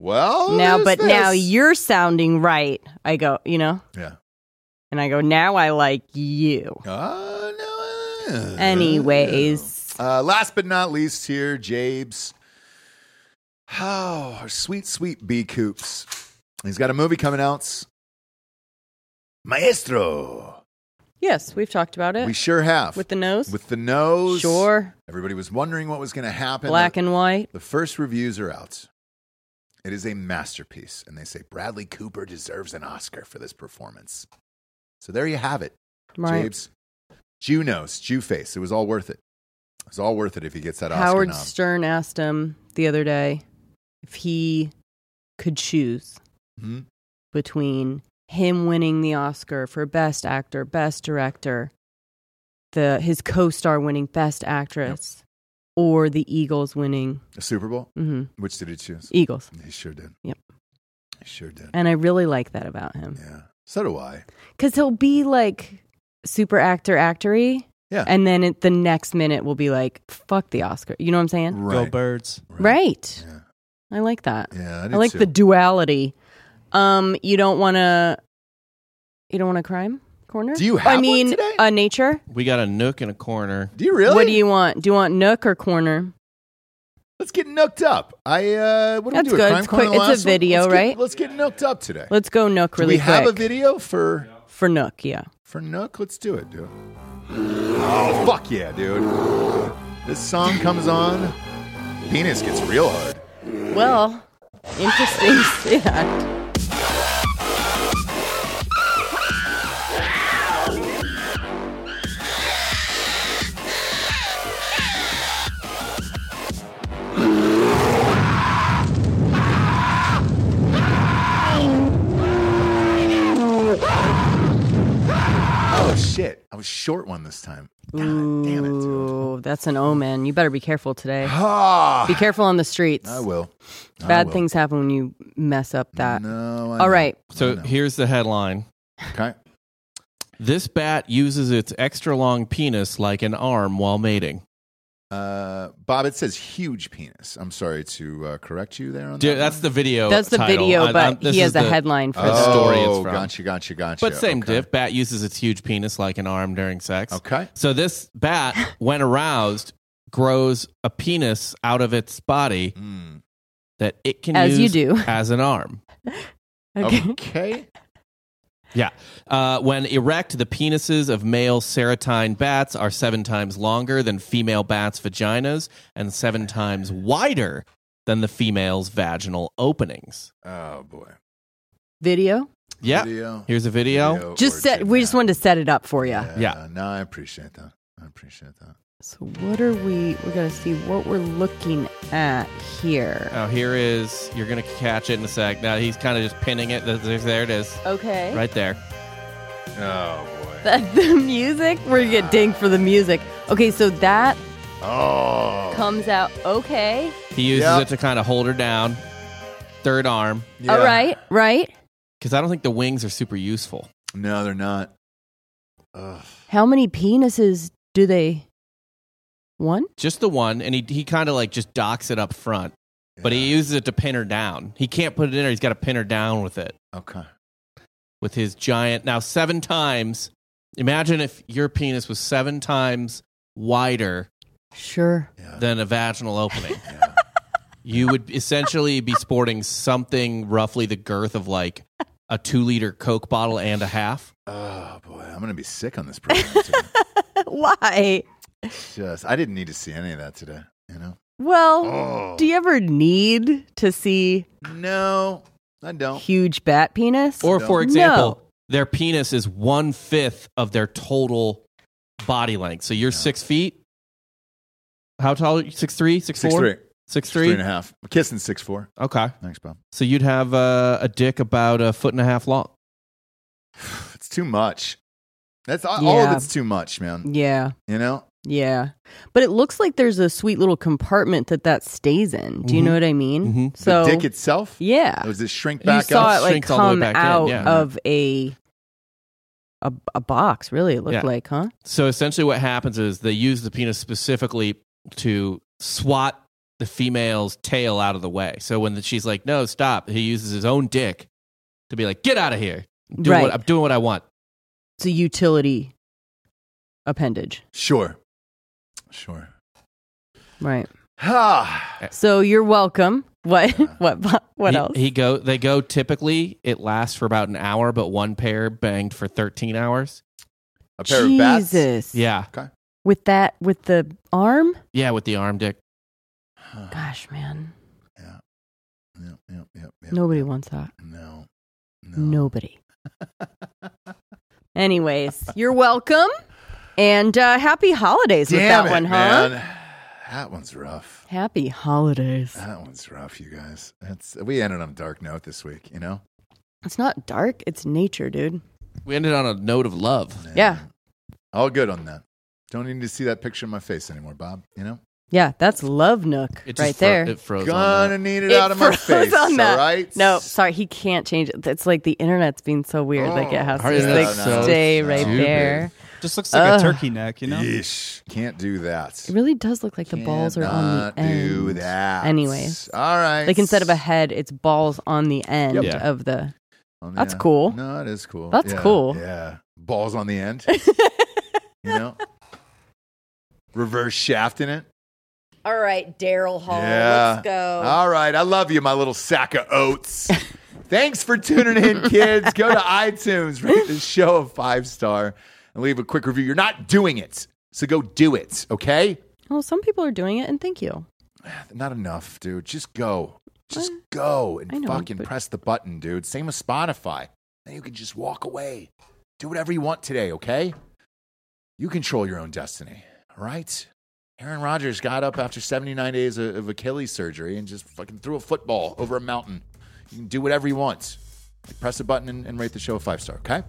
S1: Well,
S2: now,
S1: there's
S2: but now
S1: this.
S2: you're sounding right. I go, you know,
S1: Yeah.
S2: and I go, now I like you.
S1: Oh no. uh,
S2: Anyways,
S1: Uh, last but not least, here, Jabes. Oh, our sweet, sweet B Coops. He's got a movie coming out. Maestro.
S2: yes, we've talked about it
S1: We sure have.
S2: with the nose.
S1: With the nose.
S2: sure,
S1: Everybody was wondering what was going to happen.
S2: black
S1: the,
S2: and white.
S1: the first reviews are out. It is a masterpiece, and they say Bradley Cooper deserves an Oscar for this performance. So there you have it.
S2: Right.
S1: Japes. Jew nose, Jew face. It was all worth it. It was all worth it if he gets that Oscar
S2: Howard
S1: nom.
S2: Stern asked him the other day if he could choose
S1: Hmm?
S2: between him winning the Oscar for Best Actor, Best Director, the his co-star winning Best Actress, or the Eagles winning
S1: A Super Bowl?
S2: hmm
S1: Which did he choose?
S2: Eagles.
S1: He sure did.
S2: Yep.
S1: He sure did.
S2: And I really like that about him
S1: Yeah. So do I.
S2: because he'll be like super actor actory.
S1: Yeah.
S2: And then it, the next minute will be like, fuck the Oscar. You know what I'm saying?
S1: Right.
S3: Go birds.
S2: Right.
S1: Yeah.
S2: I like that.
S1: Yeah. I,
S2: I
S1: do
S2: like
S1: too.
S2: the duality. Um, you don't want to. You don't want a crime corner.
S1: Do you have
S2: I
S1: one
S2: mean,
S1: today?
S2: a nature.
S4: We got a nook and a corner.
S1: Do you really?
S2: What do you want? Do you want nook or corner?
S1: Let's get nooked up. I uh what do
S2: That's
S1: we do? a
S2: good.
S1: Crime
S2: It's
S1: Corner
S2: quick- it's a
S1: last one?
S2: video,
S1: Let's get-
S2: right?
S1: let's get nooked up today.
S2: Let's go nook
S1: do
S2: really
S1: we have
S2: quick
S1: a video for
S2: for nook. Yeah.
S1: for Nook? Let's do it, dude. Oh fuck yeah, dude. This song comes on. Penis gets real hard.
S2: Well, interesting. yeah.
S1: Oh shit! I was short one this time. God damn it! dude.
S2: Ooh, that's an omen. You better be careful today.
S1: Ah,
S2: Be careful on the streets.
S1: I will. I
S2: Bad
S1: will.
S2: things happen when you mess up that.
S1: No. I
S2: All
S1: know.
S2: right.
S4: So here's the headline.
S1: Okay.
S4: This bat uses its extra long penis like an arm while mating.
S1: Uh, Bob, it says huge penis. I'm sorry to uh, correct you there. On
S4: Dude,
S1: that
S4: that's
S1: one.
S4: the video.
S2: That's the
S4: title.
S2: video,
S4: I-
S2: but
S4: I'm- this
S2: he has
S4: is
S2: a
S4: the-
S2: headline for
S4: the
S2: that.
S4: story it's
S1: Oh,
S4: from.
S1: Gotcha, gotcha, gotcha.
S4: But same
S1: okay.
S4: diff. Bat uses its huge penis like an arm during sex.
S1: Okay.
S4: So this bat, when aroused, grows a penis out of its body
S1: Mm.
S4: that it can
S2: As you
S4: use
S2: do.
S4: as an arm.
S2: Okay.
S1: okay.
S4: Yeah. Uh, when erect, the penises of male serotine bats are seven times longer than female bats' vaginas and seven times wider than the female's vaginal openings.
S1: Oh boy.
S2: Video.
S4: Yeah.
S1: Video.
S4: Here's a video.
S2: Just set, we just wanted to set it up for you.
S4: Yeah.
S1: Uh, No, I appreciate that. I appreciate that.
S2: So what are we? We're gonna see what we're looking at here.
S4: Oh, here is. You're going to catch it in a sec. Now he's kind of just pinning it. There- There it is.
S2: Okay.
S4: Right there.
S1: Oh boy.
S2: That the music. We're gonna get dinged for the music. Okay, so that
S1: Oh.
S2: comes out okay.
S4: He uses
S1: Yeah.
S4: it to kind of hold her down, third arm,
S1: Yeah.
S2: All right, right.
S4: because I don't think the wings are super useful.
S1: No, they're not. Ugh.
S2: How many penises do they? One.
S4: Just the one, and he he kind of like just docks it up front, but he uses it to pin her down. He can't put it in her; he's got to pin her down with it
S1: Okay.
S4: with his giant. Now seven times. Imagine if your penis was seven times wider
S2: Sure.
S1: Yeah.
S4: than a vaginal opening.
S1: Yeah.
S4: You would essentially be sporting something roughly the girth of like a two liter Coke bottle and a half.
S1: Oh boy, I'm gonna be sick on this program. today.
S2: Why?
S1: Just, I didn't need to see any of that today. You know.
S2: Well,
S1: Oh.
S2: do you ever need to see
S1: No, I don't.
S2: huge bat penis?
S4: Or,
S1: No.
S4: for example,
S2: No.
S4: their penis is one fifth of their total body length. So you're six feet. How tall? are you? Six three, six
S1: Six
S4: four,
S1: three.
S4: six
S1: Six
S4: three?
S1: three and a half. Kissing six four.
S4: Okay.
S1: Thanks, Bob.
S4: So you'd have uh, a dick about a foot and a half long.
S1: It's too much. That's all, all of
S2: Yeah.
S1: it's too much, man.
S2: yeah,
S1: You know.
S2: yeah. But it looks like there's a sweet little compartment that that stays in. Do you
S4: Mhm.
S2: know what I mean?
S4: Mhm.
S2: So
S1: Mm-hmm. the dick itself.
S2: yeah,
S1: Does it shrink
S2: you
S1: back
S2: saw
S1: up?
S2: it like
S4: Shrinks all the way
S2: come
S4: back in,
S2: out
S4: yeah.
S2: of a, a a box. Really, it looked
S4: Yeah.
S2: like, huh?
S4: So essentially, what happens is they use the penis specifically to swat the female's tail out of the way. So when she's like, "No, stop," he uses his own dick to be like, "Get out of here! I'm doing,
S2: Right.
S4: what, I'm doing what I want."
S2: It's a utility appendage,
S1: Sure. Sure.
S2: right?
S1: Ha.
S2: So you're welcome. What? What? What, what
S4: he,
S2: else?
S4: He go. They go. Typically, it lasts for about an hour, but one pair banged for thirteen hours.
S1: A pair of bats.
S2: Jesus.
S4: Yeah,
S2: With that, with the arm.
S4: yeah, with the arm dick. Uh,
S1: Huh.
S2: Gosh, man,
S1: Yep, yep, yep, yep.
S2: nobody wants that.
S1: No. No.
S2: Nobody. Anyways, you're welcome, and uh, happy holidays
S1: Damn
S2: with that
S1: it,
S2: one, huh?
S1: man. That one's rough.
S2: Happy holidays.
S1: That one's rough, you guys. That's we ended on a dark note this week, you know.
S2: It's not dark. It's nature, dude.
S4: We ended on a note of love.
S2: Yeah.
S1: All good on that. Don't need to see that picture of my face anymore, Bob. You know,
S2: Yeah, that's love nook
S4: It just
S2: right
S4: fro-
S2: there.
S4: it froze. on
S1: gonna
S4: that.
S1: need it,
S2: It
S1: out of my
S2: froze
S1: face.
S2: on that.
S1: All right.
S2: no, sorry, he can't change it. It's like the internet's being so weird. like it has
S4: Oh,
S2: to just, like
S4: yeah, no,
S2: stay
S1: no.
S2: right
S4: Stupid.
S2: there.
S3: Just looks like
S2: Ugh.
S3: a turkey neck, you know.
S1: Yeesh. Can't do that.
S2: It really does look like the balls are on the
S1: Cannot
S2: end.
S1: Do that.
S2: Anyways.
S1: all right.
S2: Like instead of a head, it's balls on the end
S4: Yeah.
S2: of the.
S1: On the
S2: that's
S1: end.
S2: cool.
S1: Oh, No, it is cool.
S2: That's
S1: Yeah,
S2: cool.
S1: Yeah, balls on the end. you know, reverse shaft in it.
S2: All right, Daryl Hall.
S1: Yeah.
S2: Let's go.
S1: All right. I love you, my little sack of oats. Thanks for tuning in, kids. Go to iTunes, rate this show a five star, and leave a quick review. You're not doing it. So go do it, okay?
S2: well, some people are doing it, and thank you.
S1: Not enough, dude. Just go. Just go
S2: I
S1: and
S2: know,
S1: fucking
S2: but-
S1: press the button, dude. Same with Spotify. Then you can just walk away. Do whatever you want today, okay? You control your own destiny, all right? Aaron Rodgers got up after 79 days of of Achilles surgery and just fucking threw a football over a mountain. You can do whatever you want. Press a button and, and rate the show a five star, okay?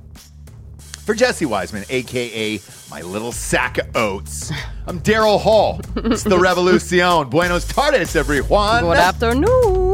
S1: For Jesse Wiseman, aka my little sack of oats, I'm Daryl Hall. It's the Revolucion. Buenos tardes, everyone.
S2: Good afternoon.